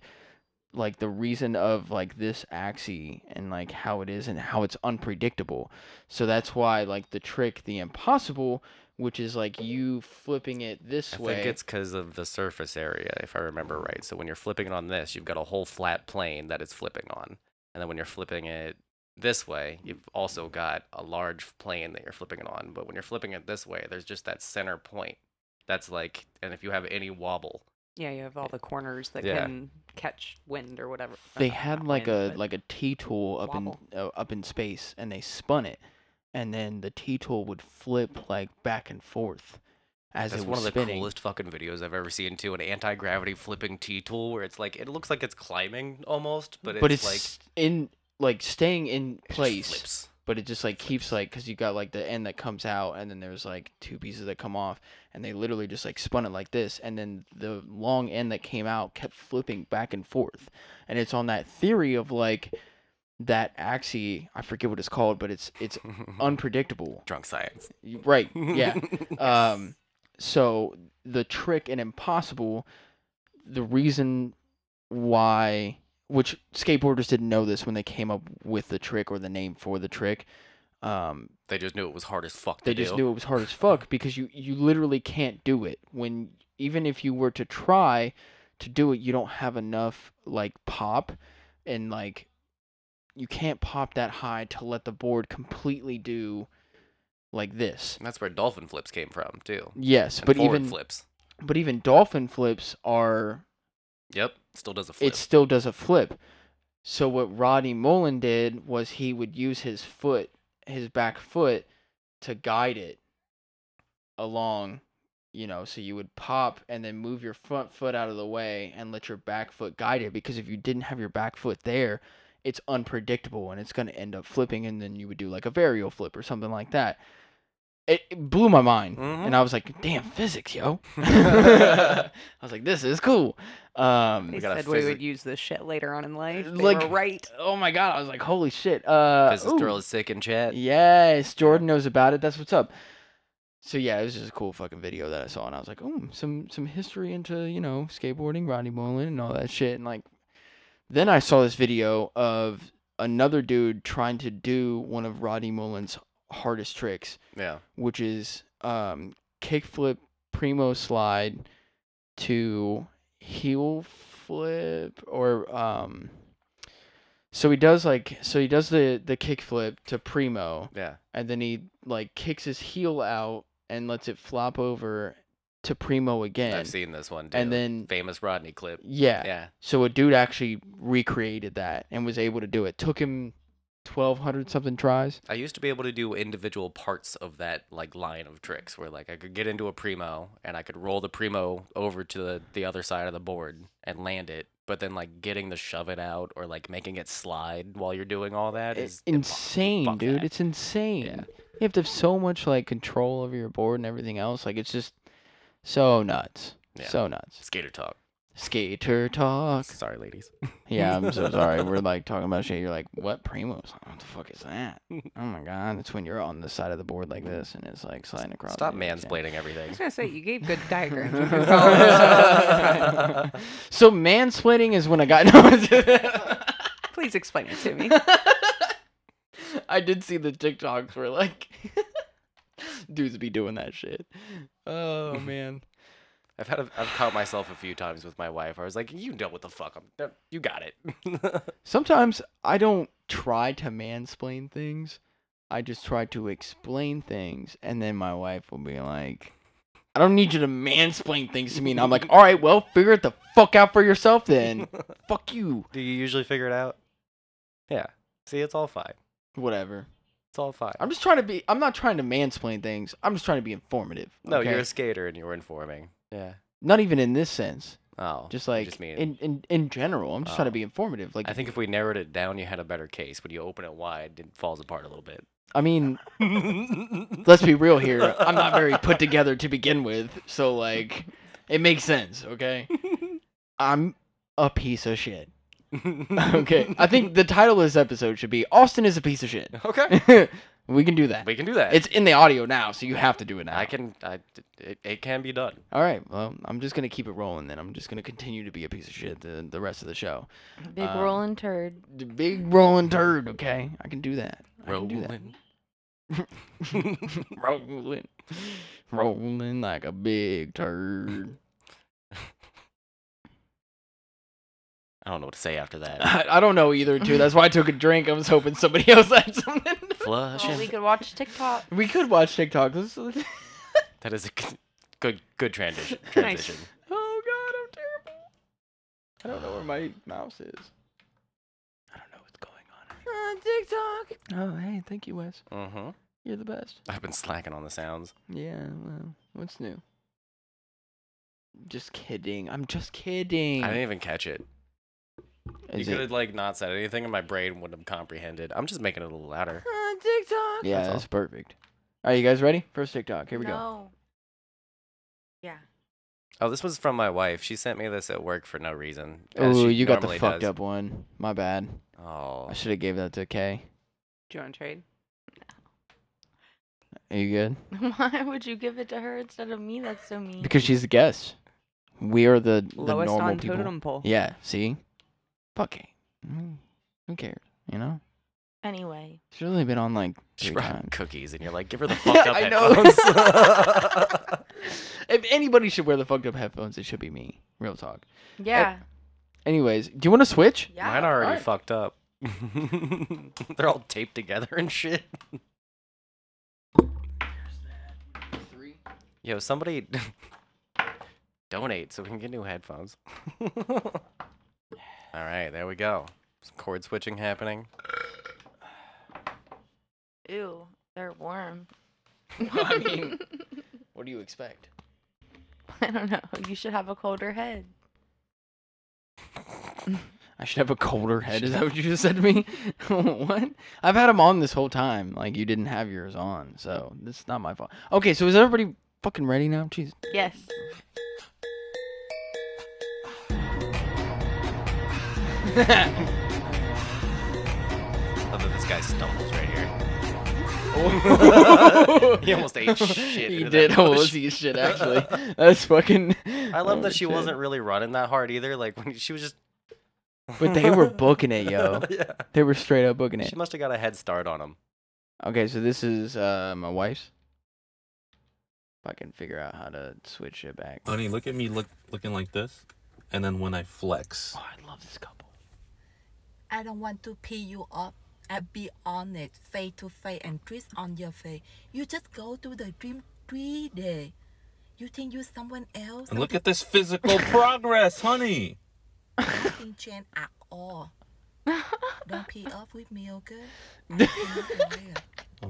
[SPEAKER 2] like the reason of like this axis and like how it is and how it's unpredictable so that's why like the trick the impossible which is like you flipping it this
[SPEAKER 5] I
[SPEAKER 2] way
[SPEAKER 5] think it's because of the surface area, if I remember right. So when you're flipping it on this, you've got a whole flat plane that it's flipping on, and then when you're flipping it this way, you've also got a large plane that you're flipping it on. But when you're flipping it this way, there's just that center point. That's like, and if you have any wobble,
[SPEAKER 4] Yeah, you have all the corners that
[SPEAKER 5] Yeah.
[SPEAKER 4] can catch wind or whatever. Or
[SPEAKER 2] they
[SPEAKER 4] not-
[SPEAKER 2] had
[SPEAKER 4] not
[SPEAKER 2] like
[SPEAKER 4] wind,
[SPEAKER 2] a
[SPEAKER 4] but-
[SPEAKER 2] like a T tool up
[SPEAKER 4] Wobble.
[SPEAKER 2] in uh, up in space, and they spun it, and then the T tool would flip like back and forth as
[SPEAKER 5] that's
[SPEAKER 2] it
[SPEAKER 5] one
[SPEAKER 2] was
[SPEAKER 5] of the
[SPEAKER 2] spinning.
[SPEAKER 5] coolest fucking videos I've ever seen. Too, an anti gravity flipping T tool where it's like it looks like it's climbing almost, but it's,
[SPEAKER 2] but it's
[SPEAKER 5] like it
[SPEAKER 2] in like staying in
[SPEAKER 5] just
[SPEAKER 2] place, (laughs)
[SPEAKER 5] flips.
[SPEAKER 2] but it just like keeps like because you got like the end that comes out, and then there's like two pieces that come off, and they literally just like spun it like this, and then the long end that came out kept flipping back and forth, and it's on that theory of like that axi I forget what it's called, but it's it's unpredictable.
[SPEAKER 5] (laughs) Drunk science.
[SPEAKER 2] You- Right.
[SPEAKER 5] (laughs)
[SPEAKER 2] Yeah. Um, so the trick in impossible, the reason why, which skateboarders didn't know this when they came up with the trick or the name for the trick, um,
[SPEAKER 5] they just knew it was hard as fuck.
[SPEAKER 2] they
[SPEAKER 5] to
[SPEAKER 2] just
[SPEAKER 5] do.
[SPEAKER 2] knew it was hard as fuck because you you literally can't do it when even if you were to try to do it you don't have enough like pop and like you can't pop that high to let the board completely do like this
[SPEAKER 5] And that's where dolphin flips came from too.
[SPEAKER 2] yes
[SPEAKER 5] And
[SPEAKER 2] but
[SPEAKER 5] forward
[SPEAKER 2] even
[SPEAKER 5] flips.
[SPEAKER 2] but even dolphin flips are
[SPEAKER 5] Yep. Still does a flip.
[SPEAKER 2] it still does a flip so what rodney mullen did was he would use his foot his back foot to guide it along you know so you would pop and then move your front foot out of the way and let your back foot guide it because if you didn't have your back foot there it's unpredictable and it's going to end up flipping and then you would do like a varial flip or something like that it, it blew my mind
[SPEAKER 5] Mhm.
[SPEAKER 2] and i was like damn physics yo (laughs)
[SPEAKER 5] (laughs)
[SPEAKER 2] i was like this is cool um
[SPEAKER 4] They
[SPEAKER 5] got a
[SPEAKER 4] said we
[SPEAKER 5] physic-
[SPEAKER 4] would use this shit later on in life. They
[SPEAKER 2] Like-
[SPEAKER 4] were right.
[SPEAKER 2] Oh my god, I was like, holy shit. Uh
[SPEAKER 5] Because this
[SPEAKER 2] ooh.
[SPEAKER 5] girl is sick in chat.
[SPEAKER 2] Yes, Jordan knows about it. That's what's up. So yeah, it was just a cool fucking video that I saw and I was like, oh, some some history into, you know, skateboarding, Rodney Mullen and all that shit. And like then I saw this video of another dude trying to do one of Rodney Mullen's hardest tricks,
[SPEAKER 5] Yeah.
[SPEAKER 2] which is um kickflip primo slide to heel flip or um so he does like so he does the the kickflip to primo
[SPEAKER 5] Yeah.
[SPEAKER 2] and then he like kicks his heel out and lets it flop over to primo again
[SPEAKER 5] I've seen this one too.
[SPEAKER 2] and then
[SPEAKER 5] famous Rodney clip.
[SPEAKER 2] yeah.
[SPEAKER 5] Yeah.
[SPEAKER 2] so a dude actually recreated that and was able to do it took him 1200 something tries
[SPEAKER 5] I used to be able to do individual parts of that like line of tricks where like I could get into a primo and I could roll the primo over to the, the other side of the board and land it, but then like getting the shove it out or like making it slide while you're doing all that
[SPEAKER 2] I-
[SPEAKER 5] is impo-
[SPEAKER 2] Eh, insane,
[SPEAKER 5] fuck
[SPEAKER 2] dude.
[SPEAKER 5] that.
[SPEAKER 2] It's insane. You have to have so much like control over your board and everything else. Like it's just so nuts.
[SPEAKER 5] Yeah.
[SPEAKER 2] So nuts.
[SPEAKER 5] skater talk.
[SPEAKER 2] Skater talk.
[SPEAKER 5] Sorry, ladies.
[SPEAKER 2] Yeah, I'm so sorry. We're like talking about shit. You're like, what primos? What the fuck is that? Oh my god, that's when you're on the side of the board like this and it's like sliding across.
[SPEAKER 5] Stop
[SPEAKER 2] the-
[SPEAKER 5] mansplaining
[SPEAKER 4] I
[SPEAKER 5] everything. (laughs)
[SPEAKER 4] was gonna say you gave good diagrams. of (laughs) your thoughts.
[SPEAKER 2] (laughs) so mansplaining is when I got. (laughs) No,
[SPEAKER 4] Please explain it (laughs) to me.
[SPEAKER 2] I did see the TikToks where like (laughs) dudes be doing that shit. (laughs) Oh man.
[SPEAKER 5] I've had a, I've caught myself a few times with my wife. I was like, you know what the fuck? I'm, you got it. (laughs)
[SPEAKER 2] Sometimes I don't try to mansplain things. I just try to explain things and then my wife will be like I don't need you to mansplain things to me and I'm like, "All right, well, figure it the fuck out for yourself (laughs) then. fuck you."
[SPEAKER 5] Do you usually figure it out? Yeah. See, it's all fine.
[SPEAKER 2] Whatever.
[SPEAKER 5] It's all fine.
[SPEAKER 2] I'm just trying to be I'm not trying to mansplain things. I'm just trying to be informative.
[SPEAKER 5] No, you're
[SPEAKER 2] okay?
[SPEAKER 5] a skater and you're informing. Yeah.
[SPEAKER 2] not even in this sense.
[SPEAKER 5] Oh.
[SPEAKER 2] just
[SPEAKER 5] you
[SPEAKER 2] like
[SPEAKER 5] mean-
[SPEAKER 2] in, in in general i'm just trying to
[SPEAKER 5] Oh.
[SPEAKER 2] be informative like
[SPEAKER 5] I think if we narrowed it down, you had a better case. When you open it wide, it falls apart a
[SPEAKER 2] (laughs)
[SPEAKER 5] little bit.
[SPEAKER 2] i
[SPEAKER 5] (laughs)
[SPEAKER 2] mean let's be real here i'm not very put together to begin with so like it makes sense okay i'm a piece of shit (laughs) okay i think the title of this episode should be austin is a piece of shit (laughs)
[SPEAKER 5] Okay.
[SPEAKER 2] we can do that
[SPEAKER 5] (laughs) We can do that.
[SPEAKER 2] it's in the audio now so you have to do it now
[SPEAKER 5] I can. I. It, it can be done.
[SPEAKER 2] all right well i'm just gonna keep it rolling then i'm just gonna continue to be a piece of shit the, the rest of the show
[SPEAKER 3] Big
[SPEAKER 2] Um,
[SPEAKER 3] rolling turd.
[SPEAKER 2] the big rolling turd okay i can do that I can do that.
[SPEAKER 5] Rolling.
[SPEAKER 2] (laughs) rolling, rolling like a big (laughs) turd.
[SPEAKER 5] I don't know what to say
[SPEAKER 2] (laughs)
[SPEAKER 5] after that.
[SPEAKER 2] I, I don't know either, too. That's why I took a drink. I was hoping somebody else had (laughs) something. Oh,
[SPEAKER 3] (laughs)
[SPEAKER 5] Flush.
[SPEAKER 3] Well, Oh, we could watch TikTok.
[SPEAKER 2] We could watch TikTok. Let's- let's-
[SPEAKER 5] That is a good, good, good transition.
[SPEAKER 4] Nice.
[SPEAKER 5] Transition.
[SPEAKER 2] (laughs) oh God, I'm terrible. I don't know where my mouse is. I don't know what's going
[SPEAKER 3] TikTok.
[SPEAKER 2] on. Oh, hey, thank you, Wes.
[SPEAKER 5] Mm-hmm.
[SPEAKER 2] You're the best.
[SPEAKER 5] I've been slacking on the sounds.
[SPEAKER 2] Yeah. Well, what's new? Just kidding. I'm just kidding.
[SPEAKER 5] I didn't even catch it.
[SPEAKER 2] Mm. Is
[SPEAKER 5] you
[SPEAKER 2] it-
[SPEAKER 5] could have like not said anything, and my brain wouldn't have comprehended. I'm just making it a little louder.
[SPEAKER 3] TikTok.
[SPEAKER 2] Yeah,
[SPEAKER 5] That's all.
[SPEAKER 2] that's perfect. All right, you guys ready? First TikTok. Here we go.
[SPEAKER 3] Yeah.
[SPEAKER 5] Oh, this was from my wife. She sent me this at work for no reason. as
[SPEAKER 2] Oh,
[SPEAKER 5] she
[SPEAKER 2] you got the
[SPEAKER 5] normally
[SPEAKER 2] fucked
[SPEAKER 5] does.
[SPEAKER 2] up one. My bad.
[SPEAKER 5] Oh,
[SPEAKER 2] I should have gave that to Kay.
[SPEAKER 4] Do you want to trade?
[SPEAKER 2] Are you good?
[SPEAKER 3] (laughs) Why would you give it to her instead of me? That's so mean.
[SPEAKER 2] Because she's the guest. We are the, the
[SPEAKER 4] Lowest
[SPEAKER 2] normal
[SPEAKER 4] on
[SPEAKER 2] people.
[SPEAKER 4] totem pole.
[SPEAKER 2] Yeah. See. Fuck Kay. Mm, Who cares? You know.
[SPEAKER 3] Anyway,
[SPEAKER 2] She's really been on like
[SPEAKER 5] she
[SPEAKER 2] three
[SPEAKER 5] brought
[SPEAKER 2] times.
[SPEAKER 5] cookies, and you're like,
[SPEAKER 2] (laughs)
[SPEAKER 5] give her the fucked up
[SPEAKER 2] I know.
[SPEAKER 5] headphones.
[SPEAKER 2] if anybody should wear the fucked up headphones, it should be me. Real talk.
[SPEAKER 3] yeah,
[SPEAKER 2] Anyways, do you want to switch?
[SPEAKER 3] yeah.
[SPEAKER 5] Mine are already
[SPEAKER 2] alright.
[SPEAKER 5] fucked up. (laughs) They're all taped together and shit.
[SPEAKER 2] Three.
[SPEAKER 5] Yo, somebody (laughs) donate so we can get new headphones. (laughs) all right, there we go. Some cord switching happening.
[SPEAKER 3] Ew, they're
[SPEAKER 2] (laughs)
[SPEAKER 3] warm.
[SPEAKER 5] (laughs)
[SPEAKER 2] I mean, what do you expect?
[SPEAKER 3] (laughs) I don't know. You should have a colder head.
[SPEAKER 2] I should have a colder head. Is that what you just said to me? (laughs) what? I've had them on this whole time. Like you didn't have yours on, so this is not my fault. Okay, so is everybody fucking ready now? Jeez.
[SPEAKER 3] Yes.
[SPEAKER 5] Other this guy stumbles right here. (laughs) he almost ate shit.
[SPEAKER 2] he
[SPEAKER 5] into that
[SPEAKER 2] did almost
[SPEAKER 5] bush. (laughs)
[SPEAKER 2] eat shit. Actually, that's fucking.
[SPEAKER 5] I love
[SPEAKER 2] Oh,
[SPEAKER 5] that she
[SPEAKER 2] shit.
[SPEAKER 5] wasn't really running that hard either. Like when she was just.
[SPEAKER 2] But they were booking
[SPEAKER 5] (laughs)
[SPEAKER 2] it, yo.
[SPEAKER 5] yeah.
[SPEAKER 2] They were straight up booking it.
[SPEAKER 5] She must have got a head start on him.
[SPEAKER 2] Okay, so this is uh, my wife's. If I can figure out how to switch it back.
[SPEAKER 6] Honey, look at me look looking like this, and then when I flex,
[SPEAKER 2] Oh, I love this couple.
[SPEAKER 7] I don't want to pee you off. I'd be honest, face to face and kiss on your face. You just go to the dream three day. You think you someone else?
[SPEAKER 6] and look at this physical progress, honey.
[SPEAKER 7] nothing changed at
[SPEAKER 6] (laughs)
[SPEAKER 7] all. don't pee off with me, okay?
[SPEAKER 6] Okay,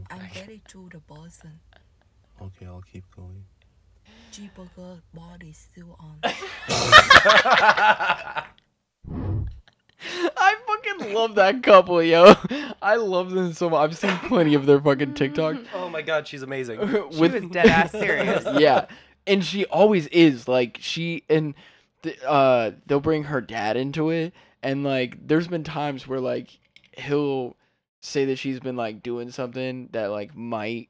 [SPEAKER 7] I'm very true to Boston.
[SPEAKER 6] okay, I'll keep going.
[SPEAKER 7] G burger body still on.
[SPEAKER 2] (laughs) I fucking love that couple, yo. (laughs) I love them so much. I've seen plenty of their fucking TikTok.
[SPEAKER 5] Oh my god, she's (laughs) amazing.
[SPEAKER 2] (laughs)
[SPEAKER 4] She was dead ass serious.
[SPEAKER 2] yeah, and she always is like she and th- uh they'll bring her dad into it, and like there's been times where like he'll say that she's been like doing something that like might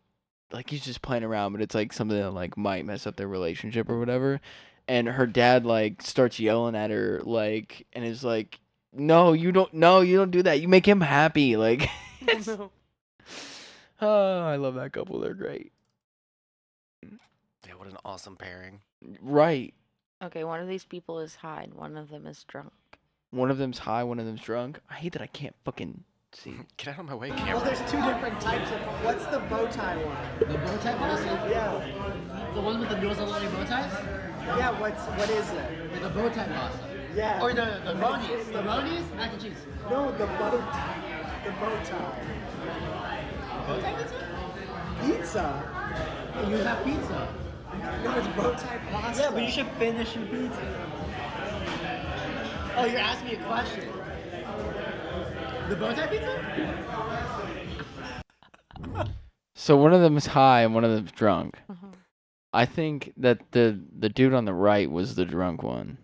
[SPEAKER 2] like he's just playing around, but it's like something that like might mess up their relationship or whatever. And her dad like starts yelling at her like and is like, "No, you don't. No, you don't do that. You make him happy."
[SPEAKER 4] (laughs)
[SPEAKER 2] Like, it's- (laughs) oh, I love that couple. They're great.
[SPEAKER 5] Yeah, what an awesome pairing. (clears throat)
[SPEAKER 2] Right.
[SPEAKER 3] Okay, one of these people is high and one of them is drunk.
[SPEAKER 2] One of them's high, one of them's drunk. I hate that I can't fucking see.
[SPEAKER 5] Get out of my way,
[SPEAKER 8] Well,
[SPEAKER 5] camera.
[SPEAKER 8] there's two different types of. What's the bow tie one?
[SPEAKER 9] The bow tie policy?
[SPEAKER 8] Yeah.
[SPEAKER 9] The ones with the nose only bow ties?
[SPEAKER 8] Yeah. What's what is it?
[SPEAKER 9] The bow tie policy.
[SPEAKER 8] Yeah.
[SPEAKER 9] Or the, the Ronies. The Ronies? Mac and cheese.
[SPEAKER 8] No, the bow. Tie. The bow tie. Pizza.
[SPEAKER 9] You have pizza.
[SPEAKER 8] No, it's bow tie pasta.
[SPEAKER 9] Yeah, but you should finish your pizza. Oh, you're asking me a question. The bow tie pizza?
[SPEAKER 2] So one of them is high and one of them's drunk.
[SPEAKER 3] Mm-hmm.
[SPEAKER 2] I think that the the dude on the right was the drunk one.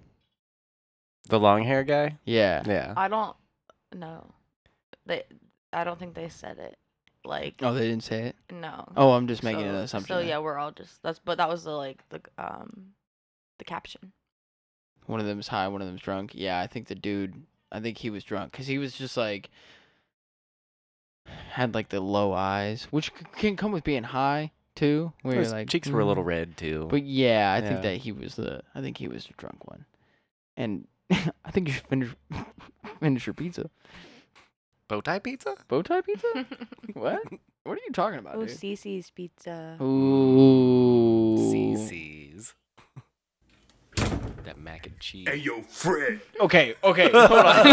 [SPEAKER 5] The long hair guy?
[SPEAKER 2] Yeah.
[SPEAKER 5] Yeah.
[SPEAKER 3] I don't know. They, I don't think they said it. Like,
[SPEAKER 2] Oh, they didn't say it.
[SPEAKER 3] no.
[SPEAKER 2] Oh, I'm just making
[SPEAKER 3] so,
[SPEAKER 2] an assumption.
[SPEAKER 3] So
[SPEAKER 2] then.
[SPEAKER 3] yeah, we're all just that's. But that was the like the um, the caption.
[SPEAKER 2] One of them's high, one of them's drunk. Yeah, I think the dude. I think he was drunk because he was just like had like the low eyes, which c- can come with being high too. Where you're
[SPEAKER 5] His
[SPEAKER 2] like
[SPEAKER 5] cheeks were a
[SPEAKER 2] "Mm."
[SPEAKER 5] little red too.
[SPEAKER 2] But yeah, I think
[SPEAKER 5] Yeah.
[SPEAKER 2] that he was the I think he was the drunk one. And (laughs) I think you should finish (laughs) finish your pizza.
[SPEAKER 5] bow tie pizza?
[SPEAKER 2] Bow tie pizza? what? What are you talking about,
[SPEAKER 4] Oh,
[SPEAKER 2] dude?
[SPEAKER 4] Cece's
[SPEAKER 3] (laughs)
[SPEAKER 4] pizza.
[SPEAKER 2] Ooh.
[SPEAKER 5] CC's. (laughs) That mac and cheese.
[SPEAKER 10] yo, Fred.
[SPEAKER 2] Okay, okay, hold on.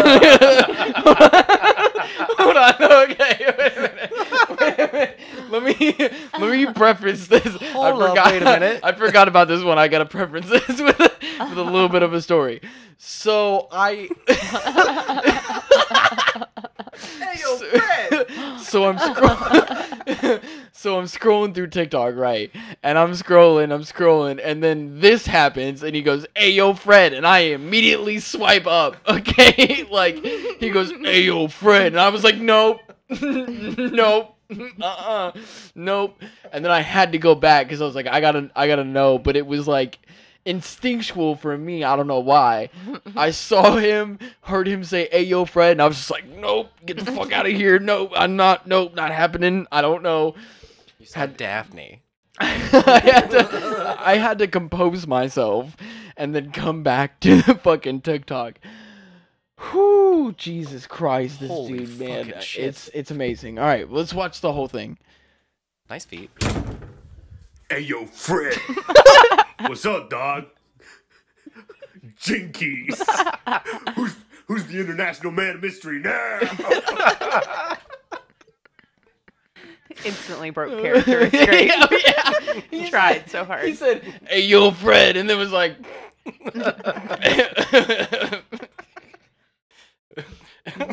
[SPEAKER 2] (laughs) hold on, okay. Wait a minute. Wait a minute. Let me let me preface this.
[SPEAKER 5] Hold
[SPEAKER 2] I
[SPEAKER 5] up,
[SPEAKER 2] forgot,
[SPEAKER 5] wait a minute.
[SPEAKER 2] (laughs) I forgot about this one. I gotta preference this (laughs) with, with a little bit of a story. So
[SPEAKER 5] (laughs)
[SPEAKER 2] I (laughs) so, so I'm scrolling (laughs) So I'm scrolling through TikTok, right? And I'm scrolling, I'm scrolling, and then this happens, and he goes, "Hey yo, Fred," and I immediately swipe up. (laughs) Okay, like he goes, "Hey yo, Fred," and I was like, "Nope, (laughs) nope." Uh-uh. Nope. And then I had to go back cuz I was like I got to I got to know, but it was like instinctual for me. I don't know why.
[SPEAKER 5] (laughs)
[SPEAKER 2] I saw him, heard him say, "Hey, yo, Fred," and I was just like, "Nope, get the fuck out of here. Nope, I'm not. Nope, not happening. I don't know." (laughs)
[SPEAKER 5] You said Daphne.
[SPEAKER 2] I, had to, I had to compose myself and then come back to (laughs) the fucking TikTok. Whoo, Jesus Christ, this
[SPEAKER 5] Holy
[SPEAKER 2] dude, man,
[SPEAKER 5] fucking shit.
[SPEAKER 2] it's it's amazing. All right, let's watch the whole thing.
[SPEAKER 5] Nice feet.
[SPEAKER 10] Hey yo, Fred. What's up, dog?
[SPEAKER 11] (laughs)
[SPEAKER 10] Jinkies. who's who's the international man of mystery now?
[SPEAKER 4] Instantly (laughs) broke character. It's great.
[SPEAKER 2] Yeah, yeah.
[SPEAKER 4] (laughs) He tried so hard. (laughs)
[SPEAKER 2] He said, "Hey, yo, Fred," and then was like,
[SPEAKER 5] (laughs)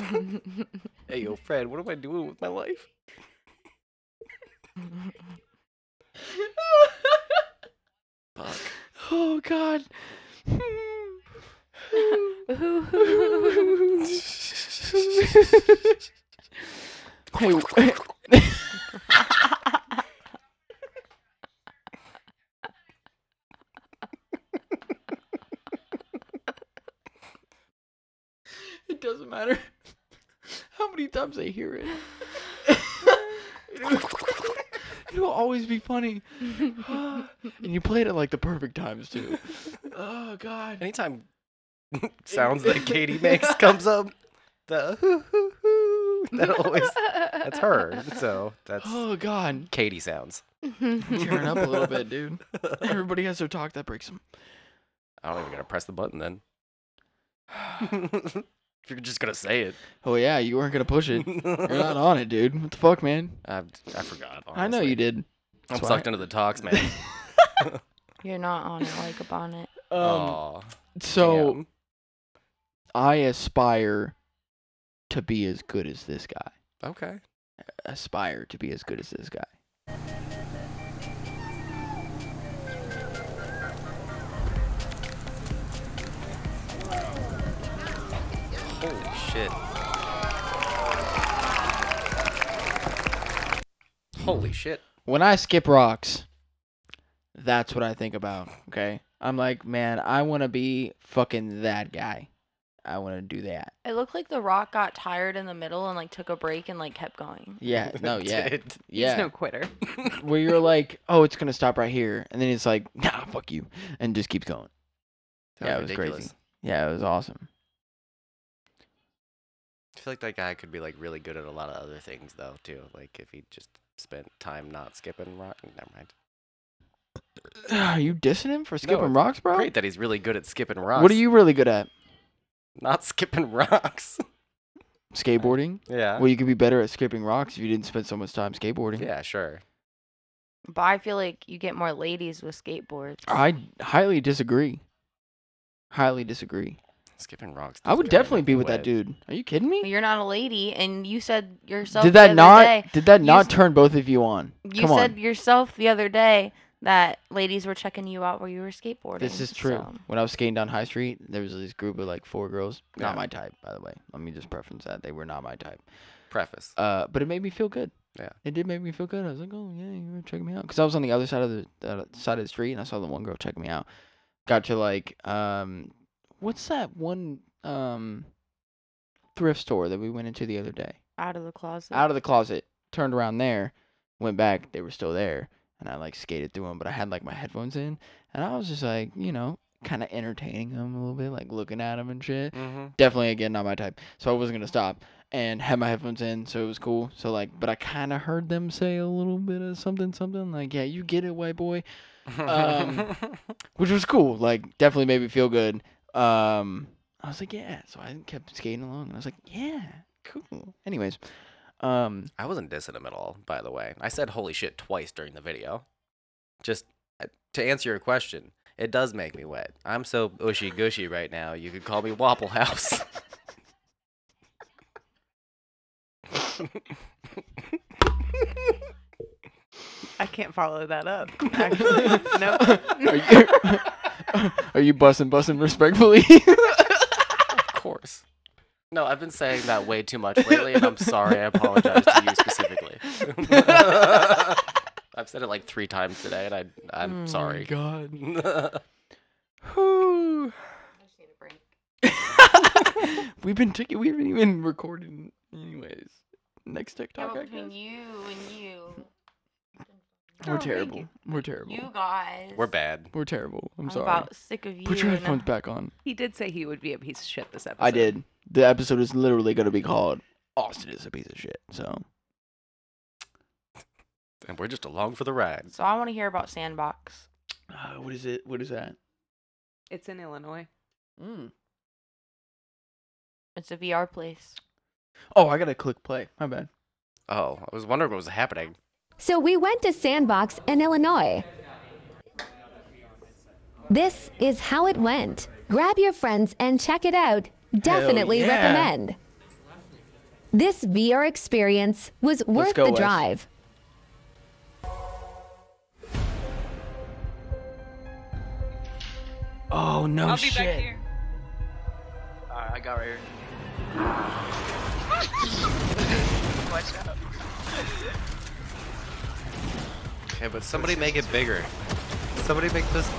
[SPEAKER 5] Hey, yo, Fred, what am I doing with
[SPEAKER 2] (laughs)
[SPEAKER 5] my life?
[SPEAKER 2] "Oh
[SPEAKER 5] (laughs)
[SPEAKER 2] God." (laughs) (laughs) Hey, w- it doesn't matter how many times I hear it. (laughs) It'll always be (laughs) funny. and you played it like the perfect times too. Oh god. (laughs)
[SPEAKER 5] Anytime sounds that Katie makes comes up, the hoo hoo hoo. That always
[SPEAKER 2] (laughs)
[SPEAKER 5] that's her. So
[SPEAKER 2] (gasps)
[SPEAKER 5] that's
[SPEAKER 2] Oh god.
[SPEAKER 5] Katie sounds.
[SPEAKER 2] Tearing up a little bit, dude. Everybody has their talk that breaks them.
[SPEAKER 5] (laughs) I don't even gotta press the
[SPEAKER 2] (sighs)
[SPEAKER 5] button then. (laughs) if you're just gonna say it,
[SPEAKER 2] Oh yeah, you weren't gonna push it. (laughs)
[SPEAKER 5] (laughs)
[SPEAKER 2] You're not on it, dude. What the fuck, man?
[SPEAKER 5] I, I forgot.
[SPEAKER 2] I know you
[SPEAKER 5] honestly.
[SPEAKER 2] did.
[SPEAKER 5] I'm
[SPEAKER 2] That's why-
[SPEAKER 5] sucked into the talks, man.
[SPEAKER 3] You're not on it like a bonnet.
[SPEAKER 2] (laughs) Um,
[SPEAKER 5] Oh,
[SPEAKER 2] so I aspire to be as good as this guy.
[SPEAKER 5] okay.
[SPEAKER 2] Aspire to be as good as this guy.
[SPEAKER 5] Holy
[SPEAKER 2] (laughs)
[SPEAKER 5] shit. Holy shit.
[SPEAKER 2] When I skip rocks, that's what I think about. Okay, I'm like, man, I want to be fucking that guy. I want to do that.
[SPEAKER 3] It looked like The Rock got tired in the middle and like took a break and like kept going.
[SPEAKER 2] Yeah,
[SPEAKER 5] (laughs)
[SPEAKER 2] no, yeah,
[SPEAKER 5] Did-
[SPEAKER 2] yeah.
[SPEAKER 4] He's no quitter.
[SPEAKER 5] (laughs)
[SPEAKER 2] where you're like, oh, it's gonna stop right here, and then it's like, nah, fuck you, and just keeps going.
[SPEAKER 5] that
[SPEAKER 2] yeah, it was crazy. Yeah, it was awesome. (sighs)
[SPEAKER 5] I feel like that guy could be like really good at a lot of other things though too. Like if he just spent time not skipping rock. Never mind.
[SPEAKER 2] Are you dissing him for skipping
[SPEAKER 5] it's
[SPEAKER 2] rocks, bro?
[SPEAKER 5] Great that he's really good at skipping rocks.
[SPEAKER 2] What are you really good at?
[SPEAKER 5] Not skipping (laughs) rocks.
[SPEAKER 2] Skateboarding.
[SPEAKER 5] yeah.
[SPEAKER 2] Well, you could be better at skipping rocks if you didn't spend so much time skateboarding.
[SPEAKER 5] yeah, sure.
[SPEAKER 3] But I feel like you get more ladies with skateboards.
[SPEAKER 2] I highly disagree. Highly disagree.
[SPEAKER 5] Skipping rocks.
[SPEAKER 2] I would
[SPEAKER 5] doesn't really
[SPEAKER 2] definitely
[SPEAKER 5] make
[SPEAKER 2] be
[SPEAKER 5] me
[SPEAKER 2] with that
[SPEAKER 5] wet.
[SPEAKER 2] dude. Are you kidding
[SPEAKER 3] Well,
[SPEAKER 2] me?
[SPEAKER 3] You're not a lady, and you said yourself.
[SPEAKER 2] Did
[SPEAKER 3] the
[SPEAKER 2] that
[SPEAKER 3] other
[SPEAKER 2] not?
[SPEAKER 3] day-
[SPEAKER 2] Did that
[SPEAKER 3] you
[SPEAKER 2] not
[SPEAKER 3] s-
[SPEAKER 2] turn both of you on?
[SPEAKER 3] You
[SPEAKER 2] Come
[SPEAKER 3] said
[SPEAKER 2] on.
[SPEAKER 3] yourself the other day that ladies were checking you out where you were skateboarding.
[SPEAKER 2] This is true.
[SPEAKER 3] so-
[SPEAKER 2] When I was skating down High Street, there was this group of like four girls.
[SPEAKER 5] Yeah.
[SPEAKER 2] Not my type, by the way. Let me just preference that they were not my type.
[SPEAKER 5] Preface.
[SPEAKER 2] Uh, but it made me feel good.
[SPEAKER 5] Yeah.
[SPEAKER 2] it did make me feel good. I was like, oh yeah, you were checking me out because I was on the other side of the uh, side of the street and I saw the one girl checking me out. Got to like, um, what's that one um thrift store that we went into the other day?
[SPEAKER 3] Out of the closet.
[SPEAKER 2] Out of the closet, turned around there, went back. They were still there, and I like skated through them, but I had like my headphones in, and I was just like, you know, kind of entertaining them a little bit, like looking at them and shit
[SPEAKER 5] Mm-hmm. (laughs)
[SPEAKER 2] definitely again not my type. So I wasn't gonna stop and had my headphones in, so it was cool. So like, but I kind of heard them say a little bit of something, something like, "Yeah, you get it, white boy," Um, which was cool. Like, definitely made me feel good. Um, I was like, "Yeah," so I kept skating along, and I was like, "Yeah, cool." Anyways, um,
[SPEAKER 5] I wasn't dissing him at all, by the way. I said holy shit twice during the video. Just uh, to answer your question, it does make me wet. I'm so ushy gushy right now. You could call me Wobble House. (laughs)
[SPEAKER 4] I can't follow that (laughs) up. Actually, no. (laughs)
[SPEAKER 2] Are you, (laughs) are you bussing, bussing respectfully?
[SPEAKER 5] Of course. No, I've been saying that way too much lately, and I'm sorry. I apologize to
[SPEAKER 2] (laughs)
[SPEAKER 5] you specifically. I've said it like three times today, and I, I'm sorry.
[SPEAKER 2] Oh God. we've been taking, we haven't even recorded. Anyways, next TikTok, I guess.
[SPEAKER 3] between you and you.
[SPEAKER 2] We're terrible. We're terrible.
[SPEAKER 3] You guys.
[SPEAKER 5] (laughs) We're bad.
[SPEAKER 2] We're terrible. I'm
[SPEAKER 3] I'm
[SPEAKER 2] sorry.
[SPEAKER 3] about sick of you.
[SPEAKER 2] Put your
[SPEAKER 3] and
[SPEAKER 2] headphones back on.
[SPEAKER 4] He did say he would be a piece of shit this episode.
[SPEAKER 2] I did. The episode is literally going to be called Austin is a piece of shit. So
[SPEAKER 5] And we're just along for the ride.
[SPEAKER 3] (laughs) So I want to hear about Sandbox.
[SPEAKER 2] Uh, what is it? What is that?
[SPEAKER 4] It's in Illinois.
[SPEAKER 2] Mm.
[SPEAKER 3] It's a VR place.
[SPEAKER 2] Oh, I gotta click play. My bad.
[SPEAKER 5] Oh, I was wondering what was happening.
[SPEAKER 11] So we went to Sandbox in Illinois. This is how it went. Grab your friends and check it out. Definitely
[SPEAKER 12] yeah.
[SPEAKER 11] recommend. This VR experience was worth
[SPEAKER 12] go,
[SPEAKER 11] the
[SPEAKER 12] Wes.
[SPEAKER 11] drive.
[SPEAKER 2] Oh no
[SPEAKER 13] I'll be
[SPEAKER 2] shit.
[SPEAKER 13] back here.
[SPEAKER 9] Alright, I got right here.
[SPEAKER 13] Watch out.
[SPEAKER 5] Okay, but somebody make it bigger. Somebody make this.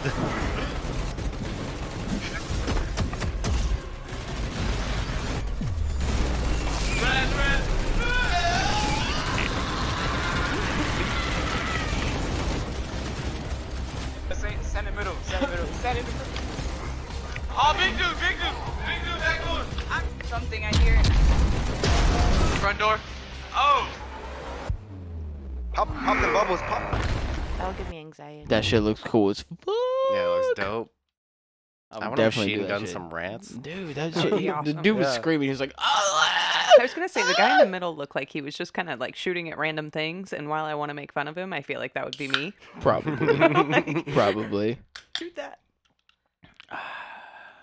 [SPEAKER 13] Stand, stand in the middle. Stand in the middle. Stand in the middle. Oh, big dude, big dude, big dude, back on. I'm something I hear. Front door. Oh.
[SPEAKER 10] Pop, pop the bubbles, pop.
[SPEAKER 3] That'll give me anxiety.
[SPEAKER 2] That shit looks cool as fuck.
[SPEAKER 5] yeah, it looks dope. I
[SPEAKER 2] would
[SPEAKER 5] want to
[SPEAKER 2] definitely do
[SPEAKER 5] machine
[SPEAKER 2] that
[SPEAKER 5] gun
[SPEAKER 2] shit. Mm.
[SPEAKER 5] some rats.
[SPEAKER 2] Dude, that
[SPEAKER 4] That would
[SPEAKER 2] shit.
[SPEAKER 4] be
[SPEAKER 2] The
[SPEAKER 4] awesome.
[SPEAKER 2] dude was
[SPEAKER 4] Yeah.
[SPEAKER 2] screaming. He was like, "Ah!"
[SPEAKER 4] I was gonna say the guy in the middle looked like he was just kind of like shooting at random things, and while I want to make fun of him, I feel like that would be (laughs) me.
[SPEAKER 2] (laughs)
[SPEAKER 4] (laughs)
[SPEAKER 2] probably, probably.
[SPEAKER 4] Shoot that.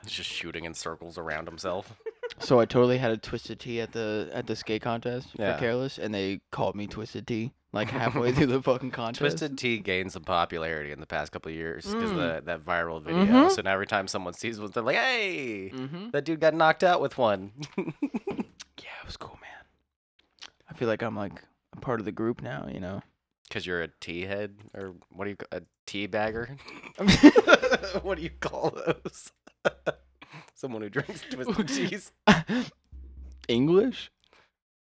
[SPEAKER 5] He's just shooting in circles
[SPEAKER 2] (laughs)
[SPEAKER 5] around himself.
[SPEAKER 2] So I totally had a twisted T at the at the skate contest
[SPEAKER 5] Yeah.
[SPEAKER 2] for careless, and they called me twisted T like halfway through the fucking contest.
[SPEAKER 5] Twisted Tea gained some popularity in the past couple of years because
[SPEAKER 2] Mm.
[SPEAKER 5] the that viral video.
[SPEAKER 2] Mhm.
[SPEAKER 5] So now every time someone sees one, they're like,
[SPEAKER 2] Mm-hmm.
[SPEAKER 5] "Hey,
[SPEAKER 4] Mm-hmm.
[SPEAKER 5] that dude got knocked out with one." (laughs)
[SPEAKER 2] Yeah, it was cool, man. I feel like I'm like a part of the group now. You
[SPEAKER 4] (laughs)
[SPEAKER 2] know.
[SPEAKER 5] Because you're a tea head, or what do you ca- a tea bagger? (laughs) what do you call those? (laughs) Someone who (laughs) drinks twisted teas.
[SPEAKER 2] English.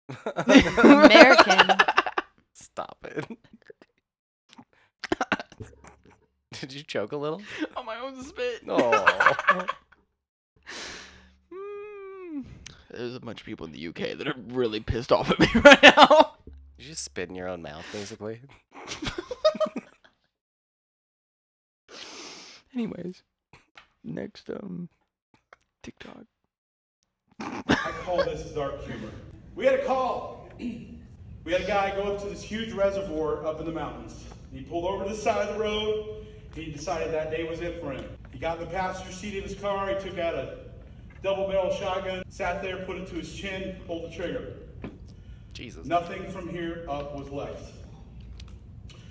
[SPEAKER 2] (laughs)
[SPEAKER 3] American.
[SPEAKER 5] Stop it. (laughs) Did you choke a little?
[SPEAKER 2] (laughs) On my own spit. (laughs)
[SPEAKER 5] Oh.
[SPEAKER 2] Hmm. There's a bunch of people in the UK that are really pissed off at me (laughs) right now.
[SPEAKER 5] You just spit in your own mouth, basically.
[SPEAKER 2] Anyways, next um, TikTok.
[SPEAKER 14] I call this dark humor. We had a call. We had a guy go up to this huge reservoir up in the mountains. He pulled over to the side of the road. He decided that day was it for him. He got in the passenger seat of his car. He took out a double barrel shotgun, sat there, put it to his chin, pulled the trigger.
[SPEAKER 5] Jesus.
[SPEAKER 14] Nothing from here up was left.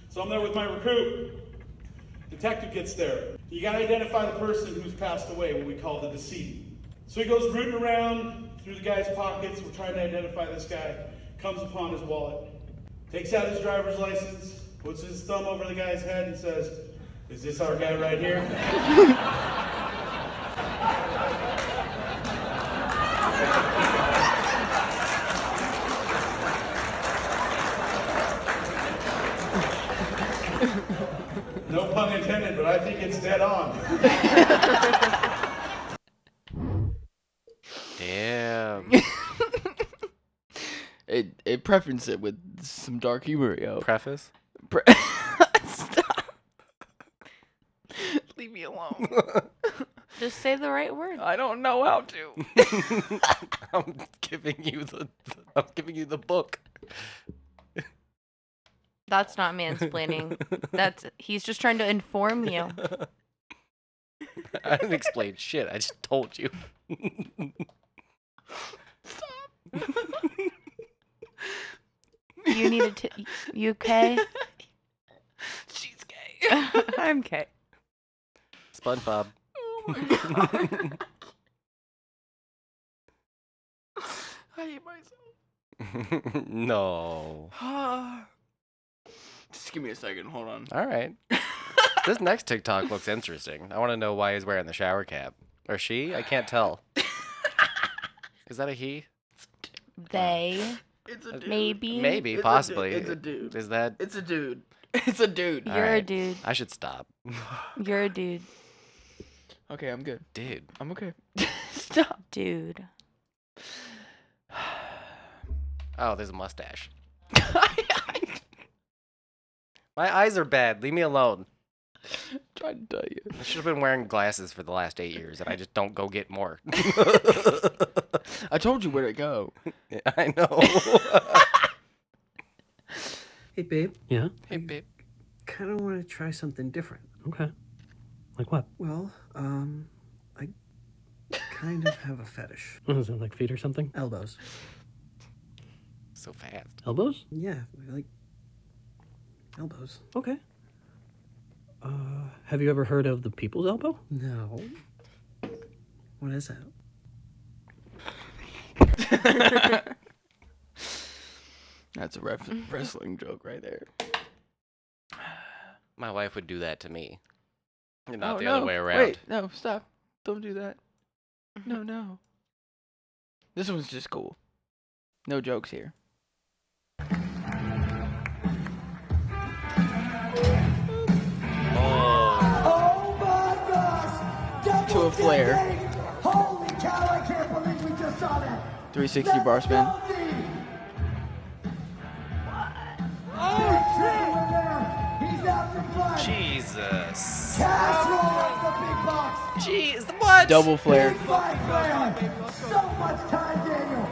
[SPEAKER 14] So I'm there with my recruit. Detective gets there. You gotta identify the person who's passed away, what we call the decedent. So he goes rooting around through the guy's pockets. We're trying to identify this guy. Comes upon his wallet. Takes out his driver's license, puts his thumb over the guy's head, and says, Is this our guy right here? (laughs) no pun intended, but I think it's dead on.
[SPEAKER 5] (laughs) Damn.
[SPEAKER 2] It it preferenced it with some dark humor, yo.
[SPEAKER 5] Preface.
[SPEAKER 2] Pre-
[SPEAKER 3] Leave me alone. Just say the
[SPEAKER 2] (laughs)
[SPEAKER 3] right word. I
[SPEAKER 2] don't
[SPEAKER 4] Oh,
[SPEAKER 2] know how to.
[SPEAKER 5] I'm giving you the, I'm giving you the book.
[SPEAKER 3] That's not
[SPEAKER 2] (laughs)
[SPEAKER 3] mansplaining. That's he's just trying to inform you.
[SPEAKER 5] I didn't explain shit. I just told you.
[SPEAKER 2] (laughs)
[SPEAKER 3] You needed to. You okay?
[SPEAKER 4] She's gay. (laughs) I'm gay.
[SPEAKER 5] SpongeBob.
[SPEAKER 9] I hate myself.
[SPEAKER 5] (laughs) no.
[SPEAKER 2] (sighs) Just give me a second. Hold on.
[SPEAKER 5] All right. this next TikTok looks interesting. I want to know why he's wearing the shower cap. Or she? I can't tell. Is that a he?
[SPEAKER 3] They.
[SPEAKER 2] It's a
[SPEAKER 3] Uh,
[SPEAKER 2] dude.
[SPEAKER 3] maybe.
[SPEAKER 5] Maybe,
[SPEAKER 2] It's a du-
[SPEAKER 5] possibly.
[SPEAKER 2] it's a dude.
[SPEAKER 5] Is that?
[SPEAKER 2] It's a dude. It's a dude.
[SPEAKER 5] All
[SPEAKER 3] You're a
[SPEAKER 5] right.
[SPEAKER 3] dude.
[SPEAKER 5] I should stop.
[SPEAKER 3] You're a dude.
[SPEAKER 2] Okay, I'm good.
[SPEAKER 5] Dude.
[SPEAKER 2] I'm okay.
[SPEAKER 3] Stop. Dude.
[SPEAKER 5] Oh, there's a mustache. My eyes are bad. Leave me alone.
[SPEAKER 2] trying to tell you.
[SPEAKER 5] I should have been wearing glasses for the last eight years, and I just don't go get more. (laughs)
[SPEAKER 2] I told you where to go.
[SPEAKER 5] I know.
[SPEAKER 12] Hey, babe.
[SPEAKER 6] Yeah?
[SPEAKER 5] Hey, babe.
[SPEAKER 12] Kind of want to try something different.
[SPEAKER 6] Okay. Like what?
[SPEAKER 12] Well, um, I kind of have a fetish.
[SPEAKER 6] What Is it like feet or something?
[SPEAKER 12] Elbows.
[SPEAKER 5] so fast.
[SPEAKER 6] Elbows?
[SPEAKER 12] Yeah, I like elbows.
[SPEAKER 6] Okay. Uh, have you ever heard of the people's elbow?
[SPEAKER 12] No. What is that?
[SPEAKER 2] That's a ref- wrestling joke right there.
[SPEAKER 5] My wife would do that to me. Not
[SPEAKER 2] Oh,
[SPEAKER 5] the other
[SPEAKER 2] no.
[SPEAKER 5] way around.
[SPEAKER 2] Wait, no, stop. Don't do that. No, no. This one's just cool. No jokes here.
[SPEAKER 8] Oh my gosh!
[SPEAKER 2] To a flare.
[SPEAKER 8] Holy cow, I can't believe we just saw that!
[SPEAKER 2] 360 bar spin.
[SPEAKER 8] Oh,
[SPEAKER 5] Jesus.
[SPEAKER 8] Jeez,
[SPEAKER 5] what?
[SPEAKER 2] Double flare.
[SPEAKER 8] So much time, Daniel.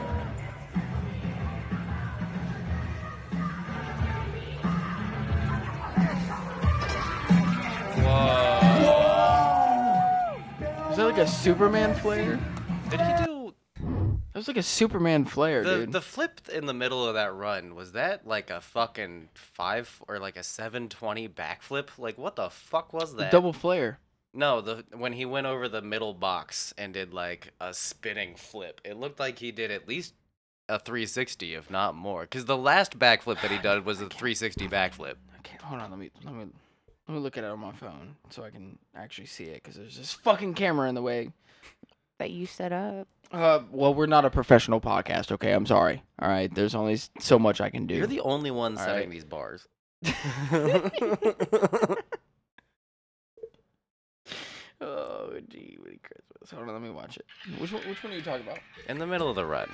[SPEAKER 2] Is that like a Superman flare?
[SPEAKER 5] Did he
[SPEAKER 2] (laughs)
[SPEAKER 5] do
[SPEAKER 2] That was like a Superman flare,
[SPEAKER 5] the,
[SPEAKER 2] dude.
[SPEAKER 5] the flip in the middle of that run? Was that like a fucking five or like a seven twenty backflip? Like what the fuck was that?
[SPEAKER 2] Double flare.
[SPEAKER 5] No, the when he went over the middle box and did like a spinning flip, it looked like he did at least a 360, if not more. Because the last backflip that he did was a 360 backflip.
[SPEAKER 2] Okay, hold on. Let me let me let me look at it on my phone so I can actually see it because there's this fucking camera in the way.
[SPEAKER 3] That you set up.
[SPEAKER 2] Uh, well, we're not a professional podcast, okay? I'm sorry. All right, there's only s- so much I can do.
[SPEAKER 5] You're the only one
[SPEAKER 2] All right.
[SPEAKER 5] setting
[SPEAKER 2] (laughs)
[SPEAKER 5] these bars.
[SPEAKER 2] Oh, gee, Merry Christmas. Hold on, let me watch it. Which one, which one are you talking about?
[SPEAKER 5] in the middle of the run.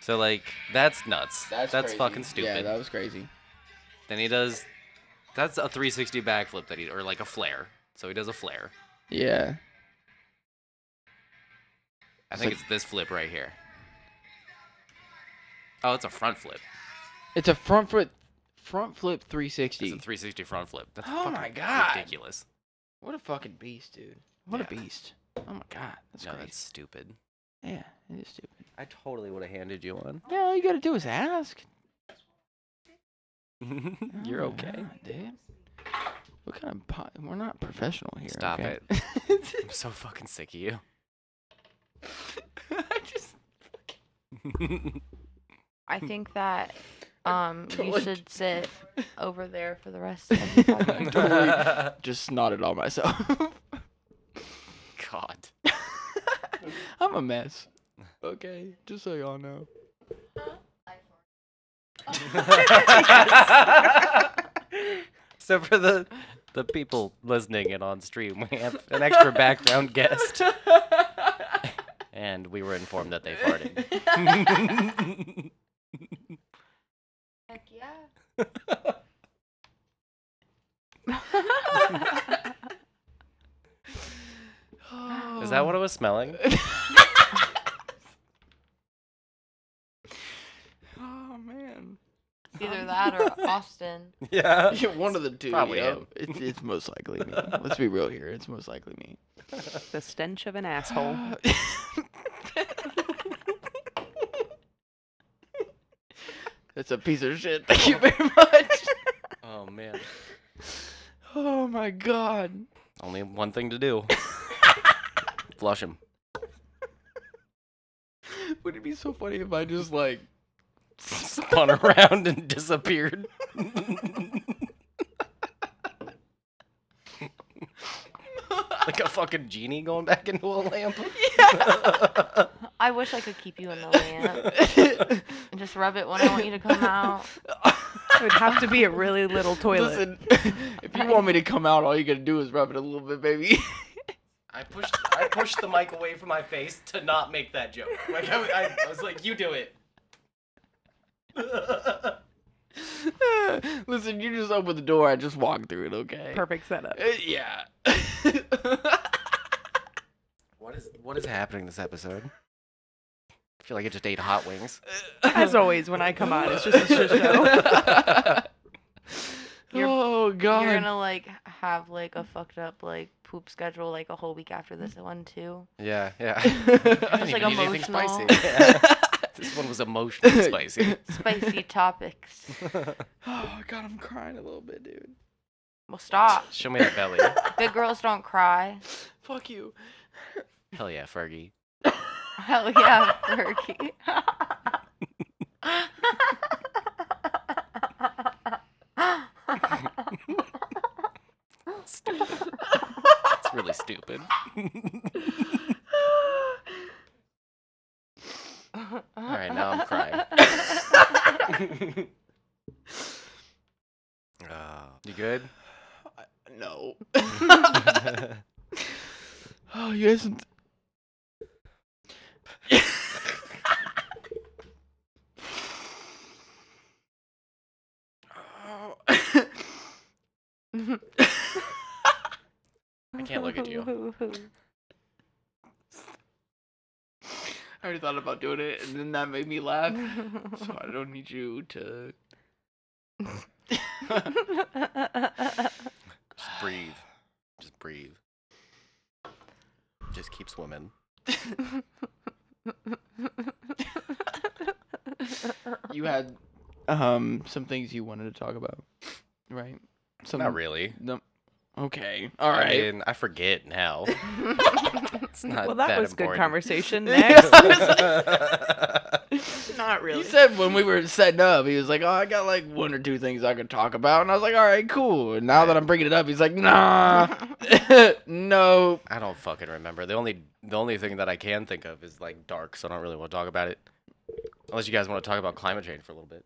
[SPEAKER 5] So like that's nuts. That's,
[SPEAKER 2] crazy.
[SPEAKER 5] fucking stupid.
[SPEAKER 2] Yeah, that was crazy.
[SPEAKER 5] Then he does that's a 360 backflip that he or like a flare. So he does a flare.
[SPEAKER 2] Yeah.
[SPEAKER 5] I
[SPEAKER 2] It's
[SPEAKER 5] think
[SPEAKER 2] like-
[SPEAKER 5] it's this flip right here. Oh, it's a front flip.
[SPEAKER 2] It's a front flip, front flip 360.
[SPEAKER 5] It's a 360 front flip. That's
[SPEAKER 2] Oh
[SPEAKER 5] fucking
[SPEAKER 2] my God.
[SPEAKER 5] ridiculous.
[SPEAKER 2] What a fucking beast, dude. What a beast. Oh my god, that's
[SPEAKER 5] no,
[SPEAKER 2] crazy. (laughs)
[SPEAKER 5] that's stupid.
[SPEAKER 2] Yeah, it is stupid.
[SPEAKER 5] I totally would have handed you one.
[SPEAKER 2] Yeah, all you gotta do is ask.
[SPEAKER 5] You're
[SPEAKER 2] Oh my
[SPEAKER 5] okay.
[SPEAKER 2] God, dude. What kind of po- we're not professional here.
[SPEAKER 5] Stop
[SPEAKER 2] okay? (laughs)
[SPEAKER 5] it. I'm so fucking sick of you.
[SPEAKER 2] I just
[SPEAKER 3] I think that
[SPEAKER 2] (laughs)
[SPEAKER 3] um you
[SPEAKER 2] Hmm. don't-
[SPEAKER 3] should sit over there for
[SPEAKER 2] (laughs)
[SPEAKER 3] the rest of the
[SPEAKER 2] I
[SPEAKER 3] podcast.
[SPEAKER 2] totally just snotted on myself.
[SPEAKER 5] (laughs)
[SPEAKER 2] (laughs)
[SPEAKER 5] God.
[SPEAKER 2] I'm a mess. Okay, just so y'all know.
[SPEAKER 5] So for the the people listening and on stream, we have an extra background guest. And we were informed that they farted.
[SPEAKER 3] Heck yeah.
[SPEAKER 5] Is that what I was smelling?
[SPEAKER 2] Oh man.
[SPEAKER 3] It's Either that (laughs) or Austin.
[SPEAKER 5] Yeah.
[SPEAKER 2] one of the two.
[SPEAKER 5] Probably
[SPEAKER 2] yeah.
[SPEAKER 5] him.
[SPEAKER 2] It's, it's most likely me. Let's be real here. It's most likely me.
[SPEAKER 4] The stench of an asshole. (laughs)
[SPEAKER 2] (laughs) It's a piece of shit. Thank you very much.
[SPEAKER 5] Oh man.
[SPEAKER 2] (laughs) Oh my god.
[SPEAKER 5] Only one thing to do. Flush him.
[SPEAKER 2] Would it be so funny if I just (laughs) like
[SPEAKER 5] spun around and disappeared? (laughs) like a fucking genie going back into a lamp.
[SPEAKER 3] I wish I could keep you in the lamp. and just rub it when I want you to come
[SPEAKER 2] (laughs)
[SPEAKER 3] out.
[SPEAKER 4] It would have to be a really (laughs) little toilet.
[SPEAKER 2] Listen, if you want me to come out, all you gotta do is rub it a little bit, baby. (laughs)
[SPEAKER 5] I pushed I pushed the mic away from my face to not make that joke. Like I, I, I was like, you do it.
[SPEAKER 2] Listen, you just open the door. I just walk through it, okay?
[SPEAKER 4] Perfect (laughs) setup.
[SPEAKER 2] Uh, yeah. (laughs)
[SPEAKER 5] What is what is happening this episode? I feel like I just ate hot (laughs) wings.
[SPEAKER 4] As always, when I come on, it's just a shit show.
[SPEAKER 3] You're-
[SPEAKER 2] oh god.
[SPEAKER 3] You're gonna like have like a fucked up like poop schedule like a whole week after this one too.
[SPEAKER 5] Yeah,
[SPEAKER 3] (laughs)
[SPEAKER 5] yeah.
[SPEAKER 3] Just,
[SPEAKER 2] (laughs)
[SPEAKER 5] I didn't
[SPEAKER 3] like,
[SPEAKER 5] even need anything spicy.
[SPEAKER 3] emotional. (laughs)
[SPEAKER 5] Yeah. this one was emotionally spicy.
[SPEAKER 3] Spicy topics.
[SPEAKER 2] Oh god, I'm crying a little bit, dude.
[SPEAKER 3] Well, stop.
[SPEAKER 5] Show me that
[SPEAKER 3] (laughs)
[SPEAKER 5] belly.
[SPEAKER 3] Big girls don't cry. (laughs)
[SPEAKER 2] Fuck you.
[SPEAKER 5] Hell yeah, Fergie.
[SPEAKER 3] Hell yeah, Fergie.
[SPEAKER 5] It's really stupid.
[SPEAKER 3] Uh-huh.
[SPEAKER 5] All right, now I'm
[SPEAKER 3] (laughs)
[SPEAKER 5] crying. (laughs) Uh, you good?
[SPEAKER 2] (laughs) No.
[SPEAKER 5] I
[SPEAKER 2] Oh, you guys.
[SPEAKER 5] can't look at
[SPEAKER 3] (laughs)
[SPEAKER 4] (laughs)
[SPEAKER 5] you.
[SPEAKER 2] (laughs) I already thought about doing it, and then that made me laugh. so I don't need you to.
[SPEAKER 5] Just breathe. Just breathe. Just keep swimming.
[SPEAKER 2] You had (laughs) um some things you wanted to talk about, right? Some
[SPEAKER 5] Not really.
[SPEAKER 2] No. Okay. Um, All
[SPEAKER 5] I
[SPEAKER 2] right.
[SPEAKER 5] mean, I
[SPEAKER 2] (laughs)
[SPEAKER 5] forget now. it's not
[SPEAKER 4] well, that, was good
[SPEAKER 5] important. (laughs)
[SPEAKER 4] conversation.
[SPEAKER 2] Yeah,
[SPEAKER 4] Next.
[SPEAKER 2] I was like-
[SPEAKER 4] Not really.
[SPEAKER 2] He said when we were setting up, he was like, "Oh, I got like one or two things I could talk about," and I was like, "All right, cool." And now that I'm bringing it up, he's like,
[SPEAKER 3] (laughs)
[SPEAKER 2] "Nah, (laughs) no."
[SPEAKER 5] I don't fucking remember. The only the only thing that I can think of is like dark, so I don't really want to talk about it. Unless you guys want to talk about climate change for a little bit.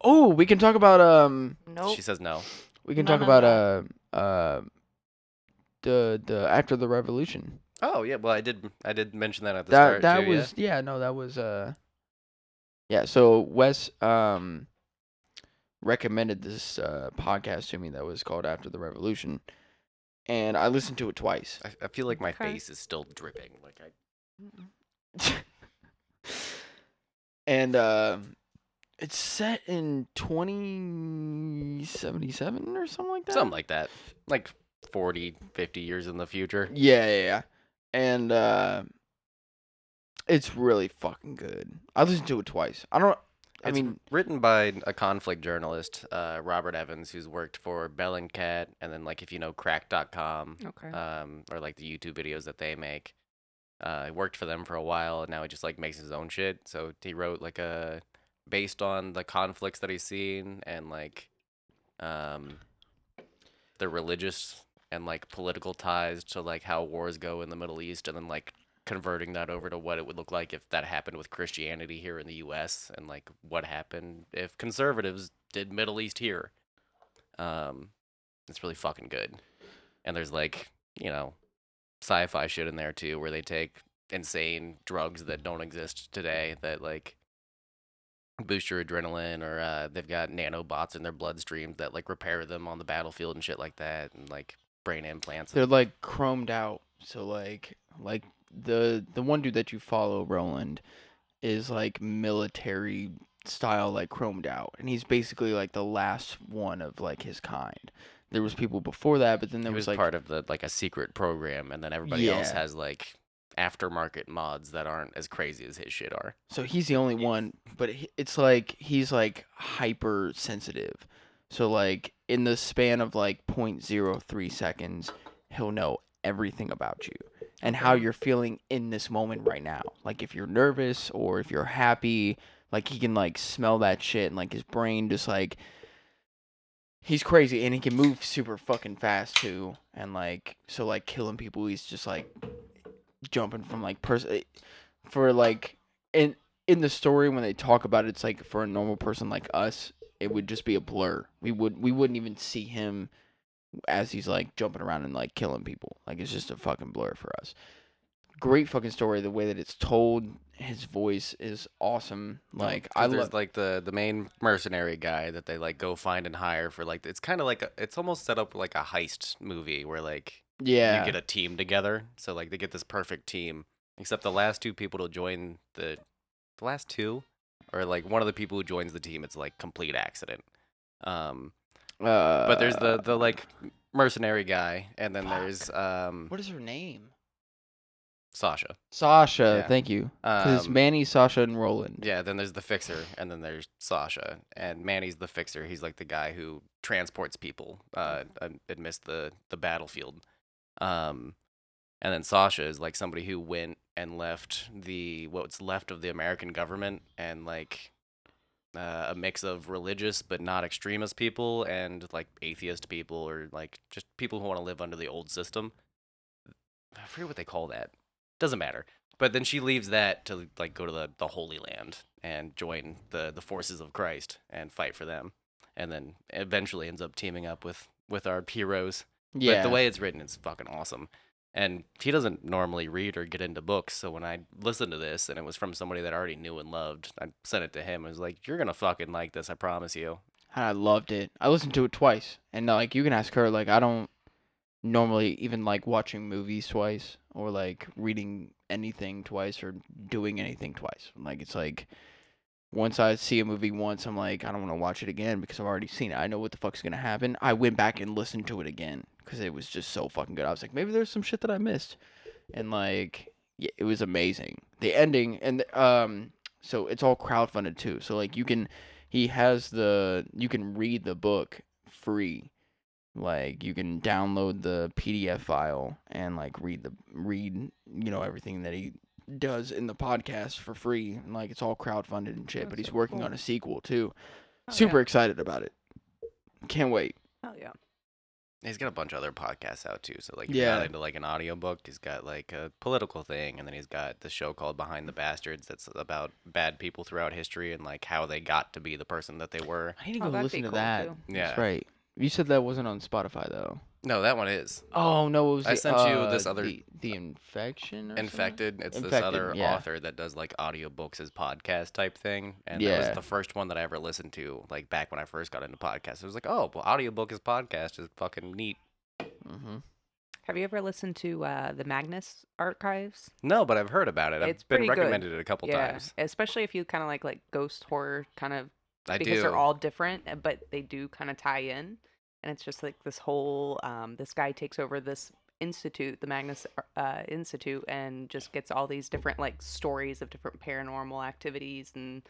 [SPEAKER 2] Oh, we can talk about um,
[SPEAKER 3] (laughs) nope.
[SPEAKER 5] She says no.
[SPEAKER 2] we can
[SPEAKER 3] No,
[SPEAKER 2] talk
[SPEAKER 3] no,
[SPEAKER 2] about uh, uh, the the after the revolution.
[SPEAKER 5] Oh yeah, well I did I did mention that at the
[SPEAKER 2] that
[SPEAKER 5] start.
[SPEAKER 2] that
[SPEAKER 5] too, yeah.
[SPEAKER 2] was yeah. no that was uh yeah so Wes um recommended this uh podcast to me that was called After the Revolution and I listened to it twice.
[SPEAKER 5] I, I feel like my
[SPEAKER 4] Okay.
[SPEAKER 5] face is still dripping. Like I
[SPEAKER 2] and uh, it's set in 2077 or something like that.
[SPEAKER 5] something like that. Like 40, 50 years in the future.
[SPEAKER 2] Yeah, yeah, yeah. And uh, it's really fucking good. I listened to it twice. I don't. I
[SPEAKER 5] It's
[SPEAKER 2] mean,
[SPEAKER 5] written by a conflict journalist, uh, Robert Evans, who's worked for Bell and Cat, and then like if you know Crack.com,
[SPEAKER 4] okay.
[SPEAKER 5] um, or like the YouTube videos that they make. Uh, he worked for them for a while, and now he just like makes his own shit. So he wrote like a based on the conflicts that he's seen and like um the religious and like political ties to like how wars go in the Middle East, and then like converting that over to what it would look like if that happened with Christianity here in the U.S. and like what happened if conservatives did Middle East here. Um, it's really fucking good, and there's like you know sci-fi shit in there too, where they take insane drugs that don't exist today that like boost your adrenaline or uh, they've got nanobots in their bloodstream that like repair them on the battlefield and shit like that and like brain implants and
[SPEAKER 2] they're like chromed out. So like, like the the one dude that you follow, Roland, is like military style, like chromed out, and he's basically like the last one of like his kind. There was people before that, but then there
[SPEAKER 5] it
[SPEAKER 2] was,
[SPEAKER 5] was,
[SPEAKER 2] like
[SPEAKER 5] part of the like a secret program, and then everybody else
[SPEAKER 2] Yeah.
[SPEAKER 5] has like aftermarket mods that aren't as crazy as his shit are.
[SPEAKER 2] So he's the only one, but he- it's like he's like hypersensitive. So like in the span of like 0.03 seconds, he'll know everything about you and how you're feeling in this moment right now. Like if you're nervous or if you're happy, like he can like smell that shit and like his brain just like he's crazy and he can move super fucking fast too and like so like killing people he's just like jumping from like person for like in in the story when they talk about it it's like for a normal person like us it would just be a blur we would we wouldn't even see him as he's like jumping around and like killing people like it's just a fucking blur for us great fucking story the way that it's told his voice is awesome like i
[SPEAKER 5] there's
[SPEAKER 2] love
[SPEAKER 5] like the the main mercenary guy that they like go find and hire for like it's kind of like a, it's almost set up like a heist movie where like
[SPEAKER 2] Yeah.
[SPEAKER 5] you get a team together so like they get this perfect team except the last two people to join the the last two or like one of the people who joins the team it's like complete accident um
[SPEAKER 2] uh,
[SPEAKER 5] but there's the the like mercenary guy and then there's um
[SPEAKER 2] what is her name
[SPEAKER 5] Sasha
[SPEAKER 2] sasha
[SPEAKER 5] Yeah.
[SPEAKER 2] thank you 'Cause it's
[SPEAKER 5] Um,
[SPEAKER 2] manny sasha and roland
[SPEAKER 5] Yeah, then there's the fixer, and then there's Sasha, and Manny's the fixer. He's like the guy who transports people uh, am- amidst the the battlefield. Um, and then Sasha is like somebody who went and left the what's left of the American government, and like uh, a mix of religious but not extremist people, and like atheist people, or like just people who want to live under the old system. I forget what they call that. Doesn't matter. But then she leaves that to like go to the, the Holy Land and join the, the forces of Christ and fight for them, and then eventually ends up teaming up with with our heroes. But
[SPEAKER 2] Yeah.
[SPEAKER 5] the way it's written is fucking awesome. And he doesn't normally read or get into books, so when I listened to this and it was from somebody that I already knew and loved, I sent it to him. I was like, "You're gonna fucking like this, I promise you."
[SPEAKER 2] and I loved it. I listened to it twice, and like you can ask her. Like I don't normally even like watching movies twice or like reading anything twice or doing anything twice. Like it's like once I see a movie once, I'm like I don't want to watch it again because I've already seen it. I know what the fuck's gonna happen. I went back and listened to it again because it was just so fucking good. I was like maybe there's some shit that I missed, and like yeah, it was amazing. The ending and um so it's all crowdfunded too. So like you can he has the you can read the book free. Like you can download the PDF file and like read the read you know everything that he does in the podcast for free. And like it's all crowdfunded and shit, but he's working on a sequel too. Super excited about it. Can't wait.
[SPEAKER 4] Hell yeah.
[SPEAKER 5] He's got a bunch of other podcasts out too. So like if
[SPEAKER 2] Yeah.
[SPEAKER 5] you're not into like an audiobook, he's got like a political thing and then he's got the show called Behind the Bastards that's about bad people throughout history and like how they got to be the person that they were.
[SPEAKER 2] I need to
[SPEAKER 4] Oh,
[SPEAKER 2] go listen to that.
[SPEAKER 5] Yeah.
[SPEAKER 2] That's right. You said that wasn't on Spotify though.
[SPEAKER 5] No, that one is.
[SPEAKER 2] Oh no, it was
[SPEAKER 5] I
[SPEAKER 2] the,
[SPEAKER 5] sent you this
[SPEAKER 2] uh,
[SPEAKER 5] other
[SPEAKER 2] the, the infection or something?
[SPEAKER 5] Infected. It's this
[SPEAKER 2] Infected,
[SPEAKER 5] other
[SPEAKER 2] yeah.
[SPEAKER 5] author that does like audiobooks as podcast type thing. And that
[SPEAKER 2] Yeah.
[SPEAKER 5] was the first one that I ever listened to, like back when I first got into podcasts. It was like, oh well audiobook as podcast is fucking neat.
[SPEAKER 2] Mm-hmm.
[SPEAKER 4] Have you ever listened to uh, the Magnus archives?
[SPEAKER 5] No, but I've heard about it. I've
[SPEAKER 4] it's
[SPEAKER 5] been
[SPEAKER 4] pretty good.
[SPEAKER 5] recommended it a couple
[SPEAKER 4] Yeah,
[SPEAKER 5] times.
[SPEAKER 4] Especially if you kind of like like ghost horror kind of
[SPEAKER 5] I
[SPEAKER 4] because they're
[SPEAKER 5] do.
[SPEAKER 4] all different, uh, but they do kind of tie in. And it's just like this whole um, this guy takes over this institute, the Magnus uh, Institute, and just gets all these different like stories of different paranormal activities and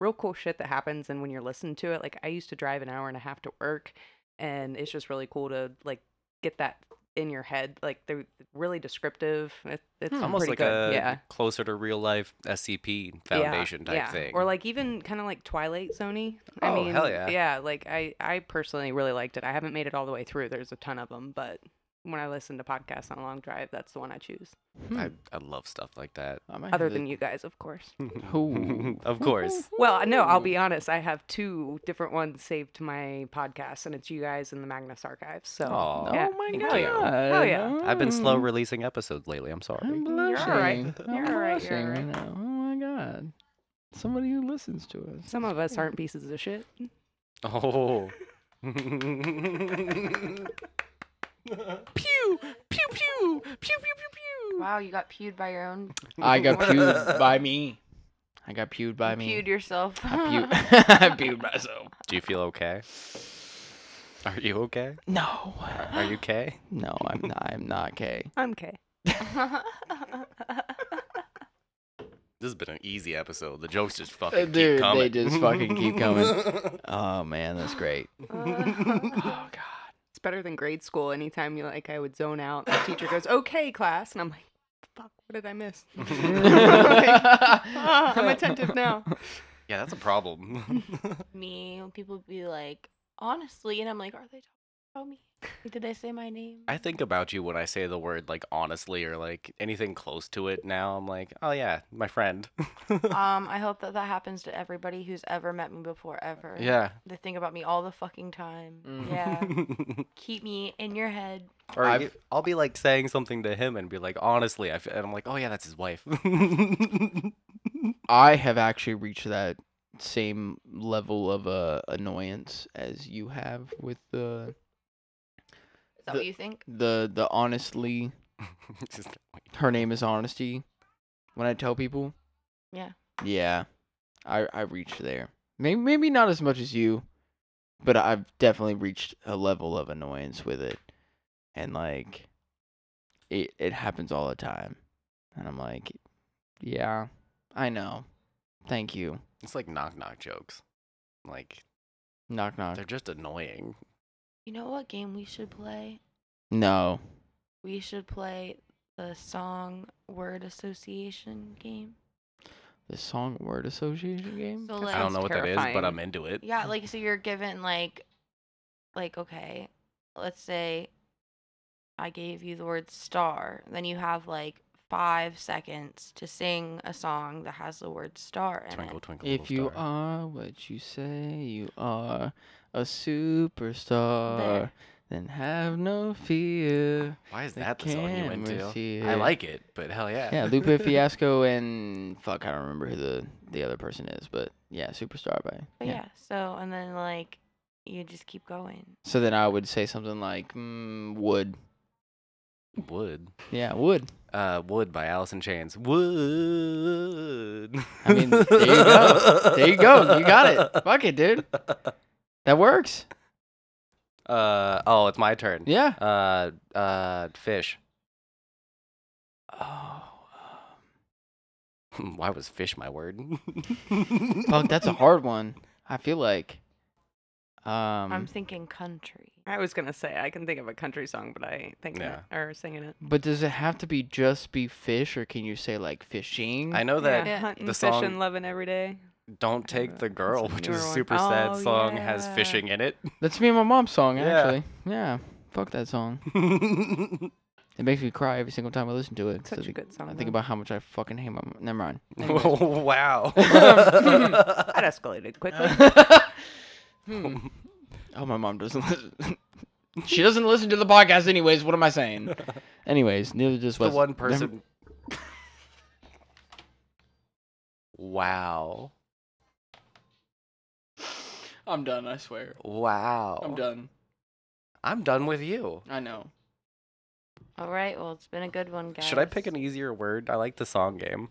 [SPEAKER 4] real cool shit that happens. And when you're listening to it, like I used to drive an hour and a half to work, and it's just really cool to like get that in your head. Like they're really descriptive. It, it's
[SPEAKER 5] Hmm. almost
[SPEAKER 4] pretty
[SPEAKER 5] like
[SPEAKER 4] good.
[SPEAKER 5] a
[SPEAKER 4] yeah.
[SPEAKER 5] closer to real life SCP
[SPEAKER 4] Yeah,
[SPEAKER 5] Foundation type
[SPEAKER 4] yeah.
[SPEAKER 5] thing.
[SPEAKER 4] or like even kind of like Twilight Zoney. I
[SPEAKER 5] Oh,
[SPEAKER 4] mean,
[SPEAKER 5] hell yeah.
[SPEAKER 4] like I, I personally really liked it. I haven't made it all the way through. There's a ton of them, but when I listen to podcasts on a long drive, that's the one I choose.
[SPEAKER 5] I, I love stuff like that.
[SPEAKER 4] Other than you guys, of course.
[SPEAKER 5] you. (laughs) of course.
[SPEAKER 4] Well, I- no, I'll be honest. I have two different ones saved to my podcast, and it's you guys in the Magnus Archives. So,
[SPEAKER 5] Aw.
[SPEAKER 4] yeah.
[SPEAKER 5] Oh my
[SPEAKER 4] Hell yeah. Hell yeah.
[SPEAKER 5] I've
[SPEAKER 2] (laughs)
[SPEAKER 5] been slow releasing episodes lately. I'm sorry.
[SPEAKER 4] You're all right.
[SPEAKER 2] Blushing.
[SPEAKER 4] You're all right. You're all right.
[SPEAKER 2] Blushing. Oh my god. Somebody who listens to us.
[SPEAKER 4] Some of us aren't pieces of shit.
[SPEAKER 5] (laughs) Oh. (laughs)
[SPEAKER 3] Pew! Pew pew! Pew pew pew pew! Wow, you got pewed by your own.
[SPEAKER 2] I got
[SPEAKER 4] (laughs)
[SPEAKER 2] pewed by me. I got pewed by me.
[SPEAKER 3] Pewed yourself.
[SPEAKER 2] I
[SPEAKER 3] (laughs)
[SPEAKER 4] (laughs)
[SPEAKER 2] pewed, (laughs) I pewed myself.
[SPEAKER 5] Do you feel okay? Are you okay?
[SPEAKER 2] No.
[SPEAKER 5] Are, are you okay?
[SPEAKER 2] No, I'm
[SPEAKER 4] (laughs)
[SPEAKER 5] (laughs)
[SPEAKER 2] not. I'm not gay.
[SPEAKER 4] I'm Kay.
[SPEAKER 5] This has been an easy episode. The jokes just
[SPEAKER 2] Uh,
[SPEAKER 5] fucking keep
[SPEAKER 2] Dude,
[SPEAKER 5] coming.
[SPEAKER 2] they
[SPEAKER 5] (laughs)
[SPEAKER 2] just fucking keep coming. (laughs) Oh man, that's (laughs) great.
[SPEAKER 4] oh god. It's better than grade school. Anytime you like I would zone out. The teacher goes, Okay, class and I'm like, Fuck, what did
[SPEAKER 5] (laughs)
[SPEAKER 4] I miss? (laughs) Like, "Ah, I'm attentive now.
[SPEAKER 5] Yeah, that's a problem.
[SPEAKER 3] me when people be like, honestly, and I'm like, are they talking about me? Like, Did they say my name?
[SPEAKER 5] I think about you when I say the word like honestly or like anything close to it. Now I'm like, oh yeah, my friend. (laughs)
[SPEAKER 3] um, I hope that that happens to everybody who's ever met me before, ever.
[SPEAKER 5] Yeah.
[SPEAKER 3] They think about me all the fucking time.
[SPEAKER 2] Mm. (laughs)
[SPEAKER 3] (laughs) Yeah. Keep me in your head.
[SPEAKER 5] Or i will be like saying something to him and be like, honestly, I f-, and I'm like, oh yeah, that's his wife. (laughs)
[SPEAKER 2] I have actually reached that same level of uh, annoyance as you have with the
[SPEAKER 3] Is that
[SPEAKER 2] the-
[SPEAKER 3] what you think?
[SPEAKER 2] the the honestly. her name is honesty. When I tell people,
[SPEAKER 3] Yeah.
[SPEAKER 2] yeah, I I reached there. Maybe maybe not as much as you, but I've definitely reached a level of annoyance with it, and like, it it happens all the time, and I'm like, yeah, I know, thank you.
[SPEAKER 5] it's like knock knock jokes. Like
[SPEAKER 2] Knock knock.
[SPEAKER 5] they're just annoying.
[SPEAKER 3] You know what game we should play?
[SPEAKER 2] No.
[SPEAKER 3] We should play the song word association game.
[SPEAKER 2] The song word association game.
[SPEAKER 3] So,
[SPEAKER 5] I don't
[SPEAKER 3] like-
[SPEAKER 5] know what that is, but
[SPEAKER 3] terrifying.
[SPEAKER 5] I'm into it.
[SPEAKER 3] Yeah, like so you're given like like okay, let's say I gave you the word star, then you have like 5 seconds to sing a song that has the word star in
[SPEAKER 5] Twinkle
[SPEAKER 3] it.
[SPEAKER 5] twinkle. little
[SPEAKER 2] If you
[SPEAKER 5] star.
[SPEAKER 2] are what you say you are, a superstar, then have no fear.
[SPEAKER 5] Why is that the song you went
[SPEAKER 2] camera's
[SPEAKER 5] to? I
[SPEAKER 2] here.
[SPEAKER 5] like it, but hell yeah.
[SPEAKER 2] Yeah, (laughs) Lupe Fiasco and fuck, I don't remember who the the other person is, but yeah, superstar by.
[SPEAKER 3] But Oh, yeah. so and then like you just keep going.
[SPEAKER 2] So then I would say something like mm, wood.
[SPEAKER 5] (laughs) Wood.
[SPEAKER 2] Yeah, wood.
[SPEAKER 5] Uh, Wood by Alice in Chains. Wood.
[SPEAKER 2] I mean, there you go. there you go. You got it. Fuck it, dude. That works.
[SPEAKER 5] (laughs) Uh, oh, it's my turn.
[SPEAKER 2] Yeah.
[SPEAKER 5] Uh, uh, fish. Oh. (laughs) Why was fish my word? (laughs)
[SPEAKER 2] Fuck, Oh, that's a hard one. I feel like. Um,
[SPEAKER 3] I'm thinking country.
[SPEAKER 4] I was gonna say I can think of a country song, but I ain't thinking
[SPEAKER 5] Yeah.
[SPEAKER 4] it or singing it.
[SPEAKER 2] But does it have to be just be fish, or can you say like fishing?
[SPEAKER 5] I know Oh, that
[SPEAKER 4] yeah, hunting,
[SPEAKER 5] the
[SPEAKER 4] fishing,
[SPEAKER 5] song
[SPEAKER 4] loving every day.
[SPEAKER 5] "Don't Take the Girl,"
[SPEAKER 4] a
[SPEAKER 5] which is a
[SPEAKER 4] newer one.
[SPEAKER 5] super sad
[SPEAKER 4] Oh,
[SPEAKER 5] song, has fishing in it. (laughs)
[SPEAKER 2] That's me and my mom's song,
[SPEAKER 5] Yeah.
[SPEAKER 2] actually. Yeah. Fuck that song. it makes me cry every single time I listen to it.
[SPEAKER 4] Such
[SPEAKER 2] I
[SPEAKER 4] a good song,
[SPEAKER 2] I think
[SPEAKER 4] though.
[SPEAKER 2] about how much I fucking hate my mom. Never mind. (laughs) Anyways.
[SPEAKER 4] (laughs)
[SPEAKER 5] wow. (laughs)
[SPEAKER 4] that escalated quickly.
[SPEAKER 2] Hmm. Oh, my mom doesn't listen. (laughs) she doesn't listen to the podcast, anyways. What am I
[SPEAKER 5] (laughs)
[SPEAKER 4] (laughs)
[SPEAKER 2] saying? anyways, neither does
[SPEAKER 5] the
[SPEAKER 2] Wes-
[SPEAKER 5] one
[SPEAKER 2] never-
[SPEAKER 5] person. wow.
[SPEAKER 2] I'm done, I swear.
[SPEAKER 5] Wow.
[SPEAKER 2] I'm done.
[SPEAKER 5] I'm done with you.
[SPEAKER 2] I know.
[SPEAKER 3] All right, well, it's been a good one, guys.
[SPEAKER 5] Should I pick an easier word? I like the song game.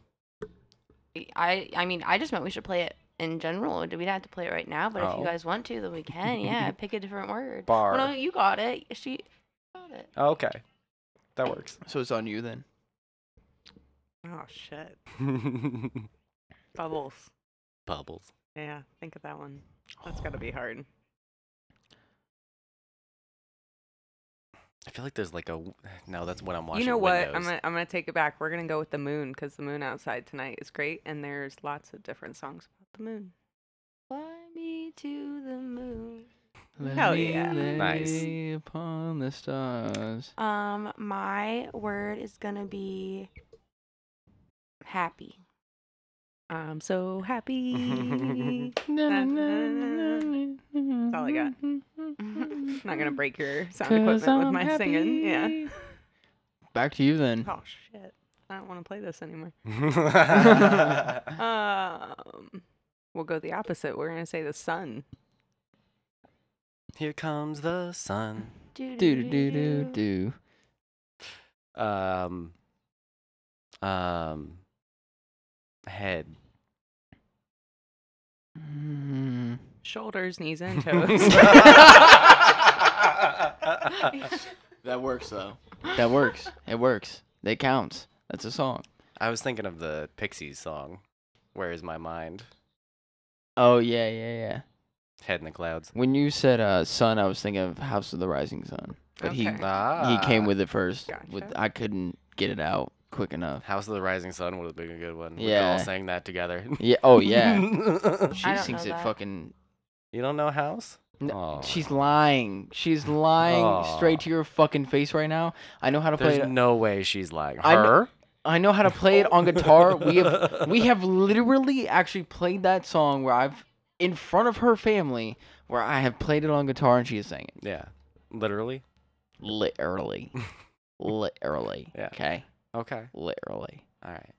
[SPEAKER 3] I I mean, I just meant we should play it in general. Do we not have to play it right now? But if
[SPEAKER 5] Oh.
[SPEAKER 3] you guys want to, then we can. Yeah, pick a different word.
[SPEAKER 5] Bar.
[SPEAKER 3] Well, no, you got it. She got it.
[SPEAKER 5] Oh, Okay.
[SPEAKER 2] (laughs)
[SPEAKER 5] That works.
[SPEAKER 2] So it's on you then.
[SPEAKER 4] oh shit. Bubbles.
[SPEAKER 5] Bubbles.
[SPEAKER 4] Yeah, think of that one. That's gotta be hard.
[SPEAKER 5] I feel like there's like a no. That's when I'm watching.
[SPEAKER 4] you know what? I'm
[SPEAKER 5] Windows.
[SPEAKER 4] gonna, I'm gonna take it back. We're gonna go with the moon because the moon outside tonight is great, and there's lots of different songs about the moon.
[SPEAKER 3] Fly me to the moon.
[SPEAKER 2] Let
[SPEAKER 4] Hell
[SPEAKER 2] me
[SPEAKER 4] yeah.
[SPEAKER 2] lay
[SPEAKER 5] Nice.
[SPEAKER 2] Upon the stars.
[SPEAKER 3] Um, my word is gonna be happy.
[SPEAKER 4] I'm so (laughs) happy. That's all I
[SPEAKER 2] (laughs)
[SPEAKER 4] got. I'm not gonna break your sound
[SPEAKER 2] 'Cause
[SPEAKER 4] equipment with
[SPEAKER 2] I'm
[SPEAKER 4] my singing. Yeah.
[SPEAKER 2] happy. Back to you then.
[SPEAKER 4] Oh shit! I don't want to play this anymore.
[SPEAKER 5] That's
[SPEAKER 4] Um, we'll go the opposite. We're gonna say the sun.
[SPEAKER 5] (laughs) Here comes the sun.
[SPEAKER 3] Do
[SPEAKER 2] Do do do do do.
[SPEAKER 5] Um. Um. Head.
[SPEAKER 2] Mm.
[SPEAKER 4] Shoulders,
[SPEAKER 5] (laughs)
[SPEAKER 4] knees, and toes.
[SPEAKER 2] That works though. That works. It works. That counts. That's a song.
[SPEAKER 5] I was thinking of the Pixies song, Where Is My Mind?
[SPEAKER 2] Oh yeah, yeah, yeah.
[SPEAKER 5] Head in the clouds.
[SPEAKER 2] When you said uh, "sun," I was thinking of House of the Rising Sun, but he
[SPEAKER 5] Okay.
[SPEAKER 2] he
[SPEAKER 5] Ah.
[SPEAKER 2] came with it first.
[SPEAKER 5] Gotcha.
[SPEAKER 2] With I couldn't get it out quick enough.
[SPEAKER 5] House of the Rising Sun would have been a good one. We
[SPEAKER 2] Yeah.
[SPEAKER 5] could all sang that together.
[SPEAKER 2] Yeah. Oh
[SPEAKER 5] (laughs)
[SPEAKER 2] yeah. she
[SPEAKER 3] I don't
[SPEAKER 2] sings
[SPEAKER 3] know
[SPEAKER 2] it
[SPEAKER 3] that.
[SPEAKER 2] fucking.
[SPEAKER 5] You don't know House?
[SPEAKER 2] N-
[SPEAKER 5] Aw.
[SPEAKER 2] She's lying. She's lying straight to your fucking face right now. I know how to play
[SPEAKER 5] There's
[SPEAKER 2] it.
[SPEAKER 5] no way she's lying.
[SPEAKER 2] I kn-
[SPEAKER 5] Her?
[SPEAKER 2] I know how to play it on guitar. We have we have literally actually played that song where I've in front of her family where I have played it on guitar and she has sang it.
[SPEAKER 5] Yeah. Literally?
[SPEAKER 2] Literally. (laughs) literally.
[SPEAKER 5] Yeah.
[SPEAKER 2] Okay.
[SPEAKER 5] Okay.
[SPEAKER 2] Literally.
[SPEAKER 5] All right.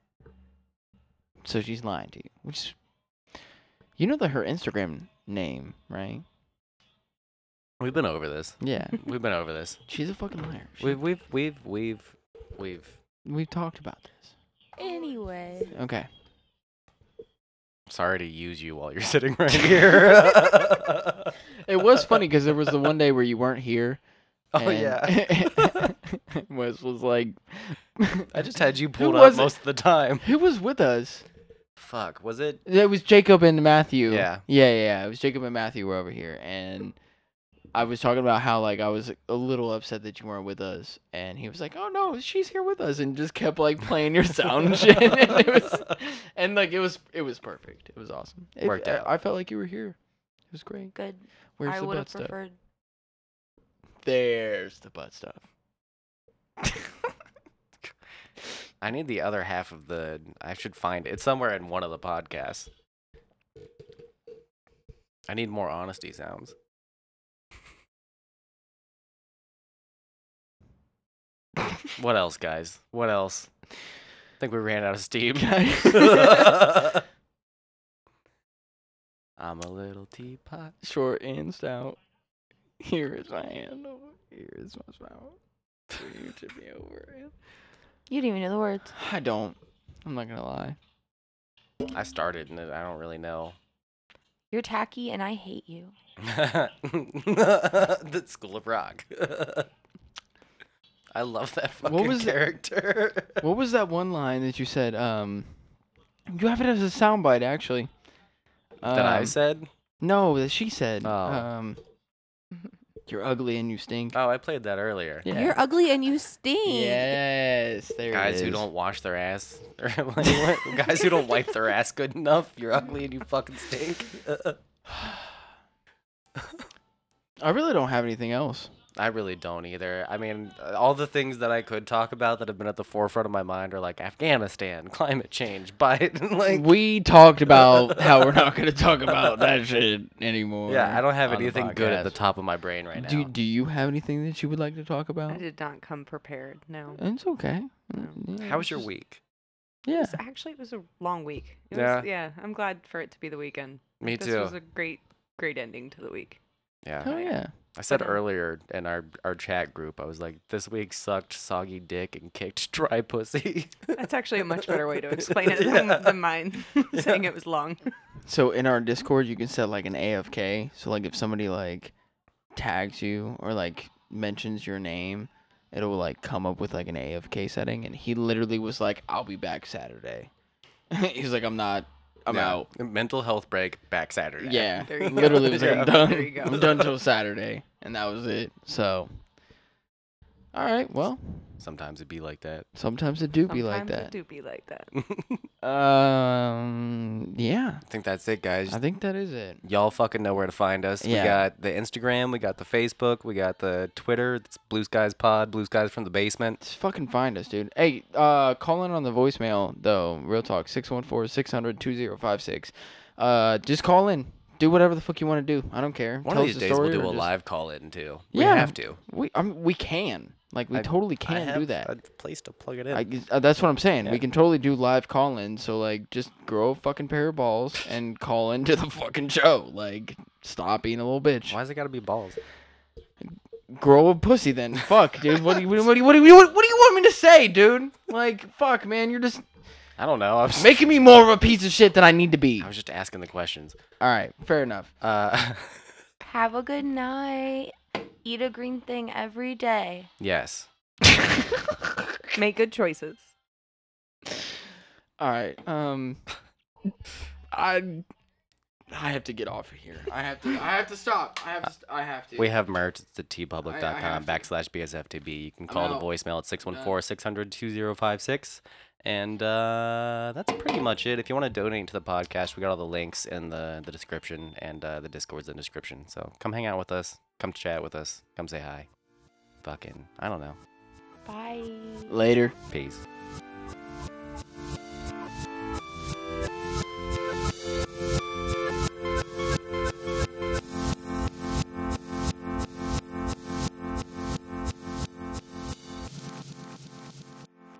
[SPEAKER 2] So she's lying to you. Which is- You know that her Instagram name, right?
[SPEAKER 5] We've been over this.
[SPEAKER 2] (laughs) Yeah.
[SPEAKER 5] We've been over this.
[SPEAKER 2] She's a fucking liar. She-
[SPEAKER 5] We've we've we've we've we've
[SPEAKER 2] We've talked about this.
[SPEAKER 3] Anyway.
[SPEAKER 2] Okay.
[SPEAKER 5] sorry to use you while you're (laughs) sitting right here.
[SPEAKER 2] It was funny because there was the one day where you weren't here.
[SPEAKER 5] (laughs) Oh,
[SPEAKER 2] (laughs)
[SPEAKER 5] (laughs)
[SPEAKER 2] yeah. Wes was like,
[SPEAKER 5] I just had you
[SPEAKER 2] Who
[SPEAKER 5] pulled
[SPEAKER 2] was
[SPEAKER 5] up
[SPEAKER 2] it?
[SPEAKER 5] most of the time.
[SPEAKER 2] (laughs) "Who was with us?"
[SPEAKER 5] Fuck, was it?
[SPEAKER 2] It was Jacob and Matthew.
[SPEAKER 5] Yeah.
[SPEAKER 2] Yeah, yeah. yeah. It was Jacob and Matthew were over here, and I was talking about how like I was a little upset that you weren't with us, and he was like, "Oh no, she's here with us," and just kept like playing your sound
[SPEAKER 5] (laughs)
[SPEAKER 2] and shit, (laughs) and it was, and like it was, it was perfect. It was awesome. It,
[SPEAKER 5] Worked
[SPEAKER 2] I-
[SPEAKER 5] out.
[SPEAKER 2] I felt like you were here. It was great.
[SPEAKER 3] Good.
[SPEAKER 2] Where's
[SPEAKER 3] I
[SPEAKER 2] the
[SPEAKER 3] would have
[SPEAKER 2] butt stuff?
[SPEAKER 3] preferred.
[SPEAKER 2] There's the butt stuff.
[SPEAKER 5] (laughs) I need the other half of the. I should find it. It's somewhere in one of the podcasts. I need more honesty sounds. what else, guys? What else? I think we ran out of (laughs) steam.
[SPEAKER 2] Guys.
[SPEAKER 5] (laughs) I'm a little teapot.
[SPEAKER 2] Short and stout. Here is my hand over. Here is my smile. For you to be over. it.
[SPEAKER 3] You didn't even know the words.
[SPEAKER 2] I don't. I'm not gonna lie.
[SPEAKER 5] I started and I don't really know. (laughs)
[SPEAKER 3] You're tacky and I hate you.
[SPEAKER 5] the School of Rock. (laughs) I love that fucking
[SPEAKER 2] was the-
[SPEAKER 5] character.
[SPEAKER 2] What was that one line that you said? Um, you have it as a soundbite, actually.
[SPEAKER 5] (laughs) that I
[SPEAKER 2] Um,
[SPEAKER 5] said.
[SPEAKER 2] No, that she said.
[SPEAKER 5] Oh.
[SPEAKER 2] Um, (laughs) you're ugly and you stink.
[SPEAKER 5] Oh, I played that earlier.
[SPEAKER 2] Yeah.
[SPEAKER 3] You're ugly and you stink.
[SPEAKER 2] Yes, there it
[SPEAKER 5] Guys
[SPEAKER 2] is.
[SPEAKER 5] who don't wash their ass, (laughs) or like, what? guys who don't wipe their ass good enough. You're ugly and you fucking stink. (laughs)
[SPEAKER 2] I really don't have anything else.
[SPEAKER 5] I really don't either. I mean, uh, all the things that I could talk about that have been at the forefront of my mind are like Afghanistan, (laughs) climate change, Biden. Like,
[SPEAKER 2] we talked
[SPEAKER 5] (laughs)
[SPEAKER 2] about how we're not going to talk about that shit anymore.
[SPEAKER 5] yeah, I don't have
[SPEAKER 2] on the
[SPEAKER 5] anything good at the
[SPEAKER 2] podcast.
[SPEAKER 5] top of my brain right now.
[SPEAKER 2] Do Do you have anything that you would like to talk
[SPEAKER 4] I
[SPEAKER 2] about?
[SPEAKER 4] did not come prepared. No.
[SPEAKER 5] Uh,
[SPEAKER 2] It's okay.
[SPEAKER 5] How was your week?
[SPEAKER 2] Yeah.
[SPEAKER 4] It's actually it was a long week. It
[SPEAKER 5] Yeah.
[SPEAKER 4] Was, yeah. I'm glad for it to be the weekend.
[SPEAKER 5] Me
[SPEAKER 4] this
[SPEAKER 5] too.
[SPEAKER 4] was a great, great ending to the week.
[SPEAKER 5] Yeah.
[SPEAKER 2] Oh yeah.
[SPEAKER 5] I said
[SPEAKER 4] But, um,
[SPEAKER 5] earlier in our, our chat group, I was like, this week sucked soggy dick and kicked (laughs) dry pussy.
[SPEAKER 4] That's actually a much better way to explain
[SPEAKER 5] (laughs)
[SPEAKER 4] it than,
[SPEAKER 5] Yeah.
[SPEAKER 4] than mine (laughs) saying it was long.
[SPEAKER 2] So in our Discord, you can set like an AFK. So like if somebody like tags you or like mentions your name, it'll like come up with like an AFK setting. And he literally was like, "I'll be back Saturday." (laughs) He's like, "I'm not. I'm
[SPEAKER 5] Yeah.
[SPEAKER 2] out."
[SPEAKER 5] Mental health break back Saturday.
[SPEAKER 2] Yeah.
[SPEAKER 4] There you go.
[SPEAKER 2] literally was like,
[SPEAKER 5] Yeah.
[SPEAKER 2] "I'm done.
[SPEAKER 4] There you go.
[SPEAKER 2] I'm done till Saturday," and that was it. So. All right. Well,
[SPEAKER 5] Sometimes it'd be like that. (laughs)
[SPEAKER 2] sometimes it do be
[SPEAKER 4] Sometimes
[SPEAKER 2] like
[SPEAKER 4] It
[SPEAKER 2] that.
[SPEAKER 4] do be like that.
[SPEAKER 5] I
[SPEAKER 2] Um. Yeah.
[SPEAKER 5] think that's it, guys.
[SPEAKER 2] I think that is it.
[SPEAKER 5] Y'all fucking know where to find us.
[SPEAKER 2] Yeah.
[SPEAKER 5] We got the Instagram, we got the Facebook, we got the Twitter. It's Blue Skies Pod, Blue Skies from the Basement.
[SPEAKER 2] Just fucking find us, dude. Hey, uh, call in on the voicemail, though. Real talk, 614 600 2056. Uh, just call in. Do whatever the fuck you want to do. I don't care.
[SPEAKER 5] One
[SPEAKER 2] Tell
[SPEAKER 5] of
[SPEAKER 2] us
[SPEAKER 5] these
[SPEAKER 2] a
[SPEAKER 5] days we'll
[SPEAKER 2] story
[SPEAKER 5] do
[SPEAKER 2] or
[SPEAKER 5] a
[SPEAKER 2] just-
[SPEAKER 5] live call in too.
[SPEAKER 2] Yeah.
[SPEAKER 5] We have to.
[SPEAKER 2] We, I mean, we can. Like, we
[SPEAKER 5] I-
[SPEAKER 2] totally
[SPEAKER 5] I
[SPEAKER 2] can do
[SPEAKER 5] have
[SPEAKER 2] that.
[SPEAKER 5] A place to plug it in.
[SPEAKER 2] I, uh, that's what I'm saying.
[SPEAKER 5] Yeah.
[SPEAKER 2] We can totally do live call in. So, like, just grow a fucking pair of balls and call into the fucking show. Like, stop being a little bitch.
[SPEAKER 5] Why's it got to be balls?
[SPEAKER 2] grow a pussy then. Fuck, dude. What do you what do you- what do you, what do you, what do you want me to say, dude? Like, fuck, man. You're just
[SPEAKER 5] I don't know. I was,
[SPEAKER 2] making me more of a piece of shit than I need to be.
[SPEAKER 5] I was just asking the questions.
[SPEAKER 2] All right, fair enough.
[SPEAKER 5] Uh, (laughs)
[SPEAKER 3] Have a good night. Eat a green thing every day.
[SPEAKER 5] yes.
[SPEAKER 4] Make good choices.
[SPEAKER 2] All right. Um, (laughs) I I have to get off of here. I have to. I have to stop. I have. To, st- I have to.
[SPEAKER 5] We have merch. It's at
[SPEAKER 2] I- I have
[SPEAKER 5] tpublic.com
[SPEAKER 2] to.
[SPEAKER 5] backslash BSFTB. You can
[SPEAKER 2] I'm
[SPEAKER 5] call the
[SPEAKER 2] out.
[SPEAKER 5] voicemail at 614 600 2056. And uh, that's pretty much it. If you want to donate to the podcast, we got all the links in the, the description and uh, the Discord's in the description. So come hang out with us. Come chat with us. Come say hi. Fucking, I don't know.
[SPEAKER 4] Bye.
[SPEAKER 2] Later.
[SPEAKER 5] Peace.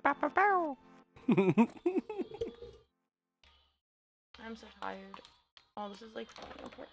[SPEAKER 4] Bow, bow,
[SPEAKER 2] (laughs)
[SPEAKER 4] bow.
[SPEAKER 3] I'm so tired. Oh, this is like falling apart.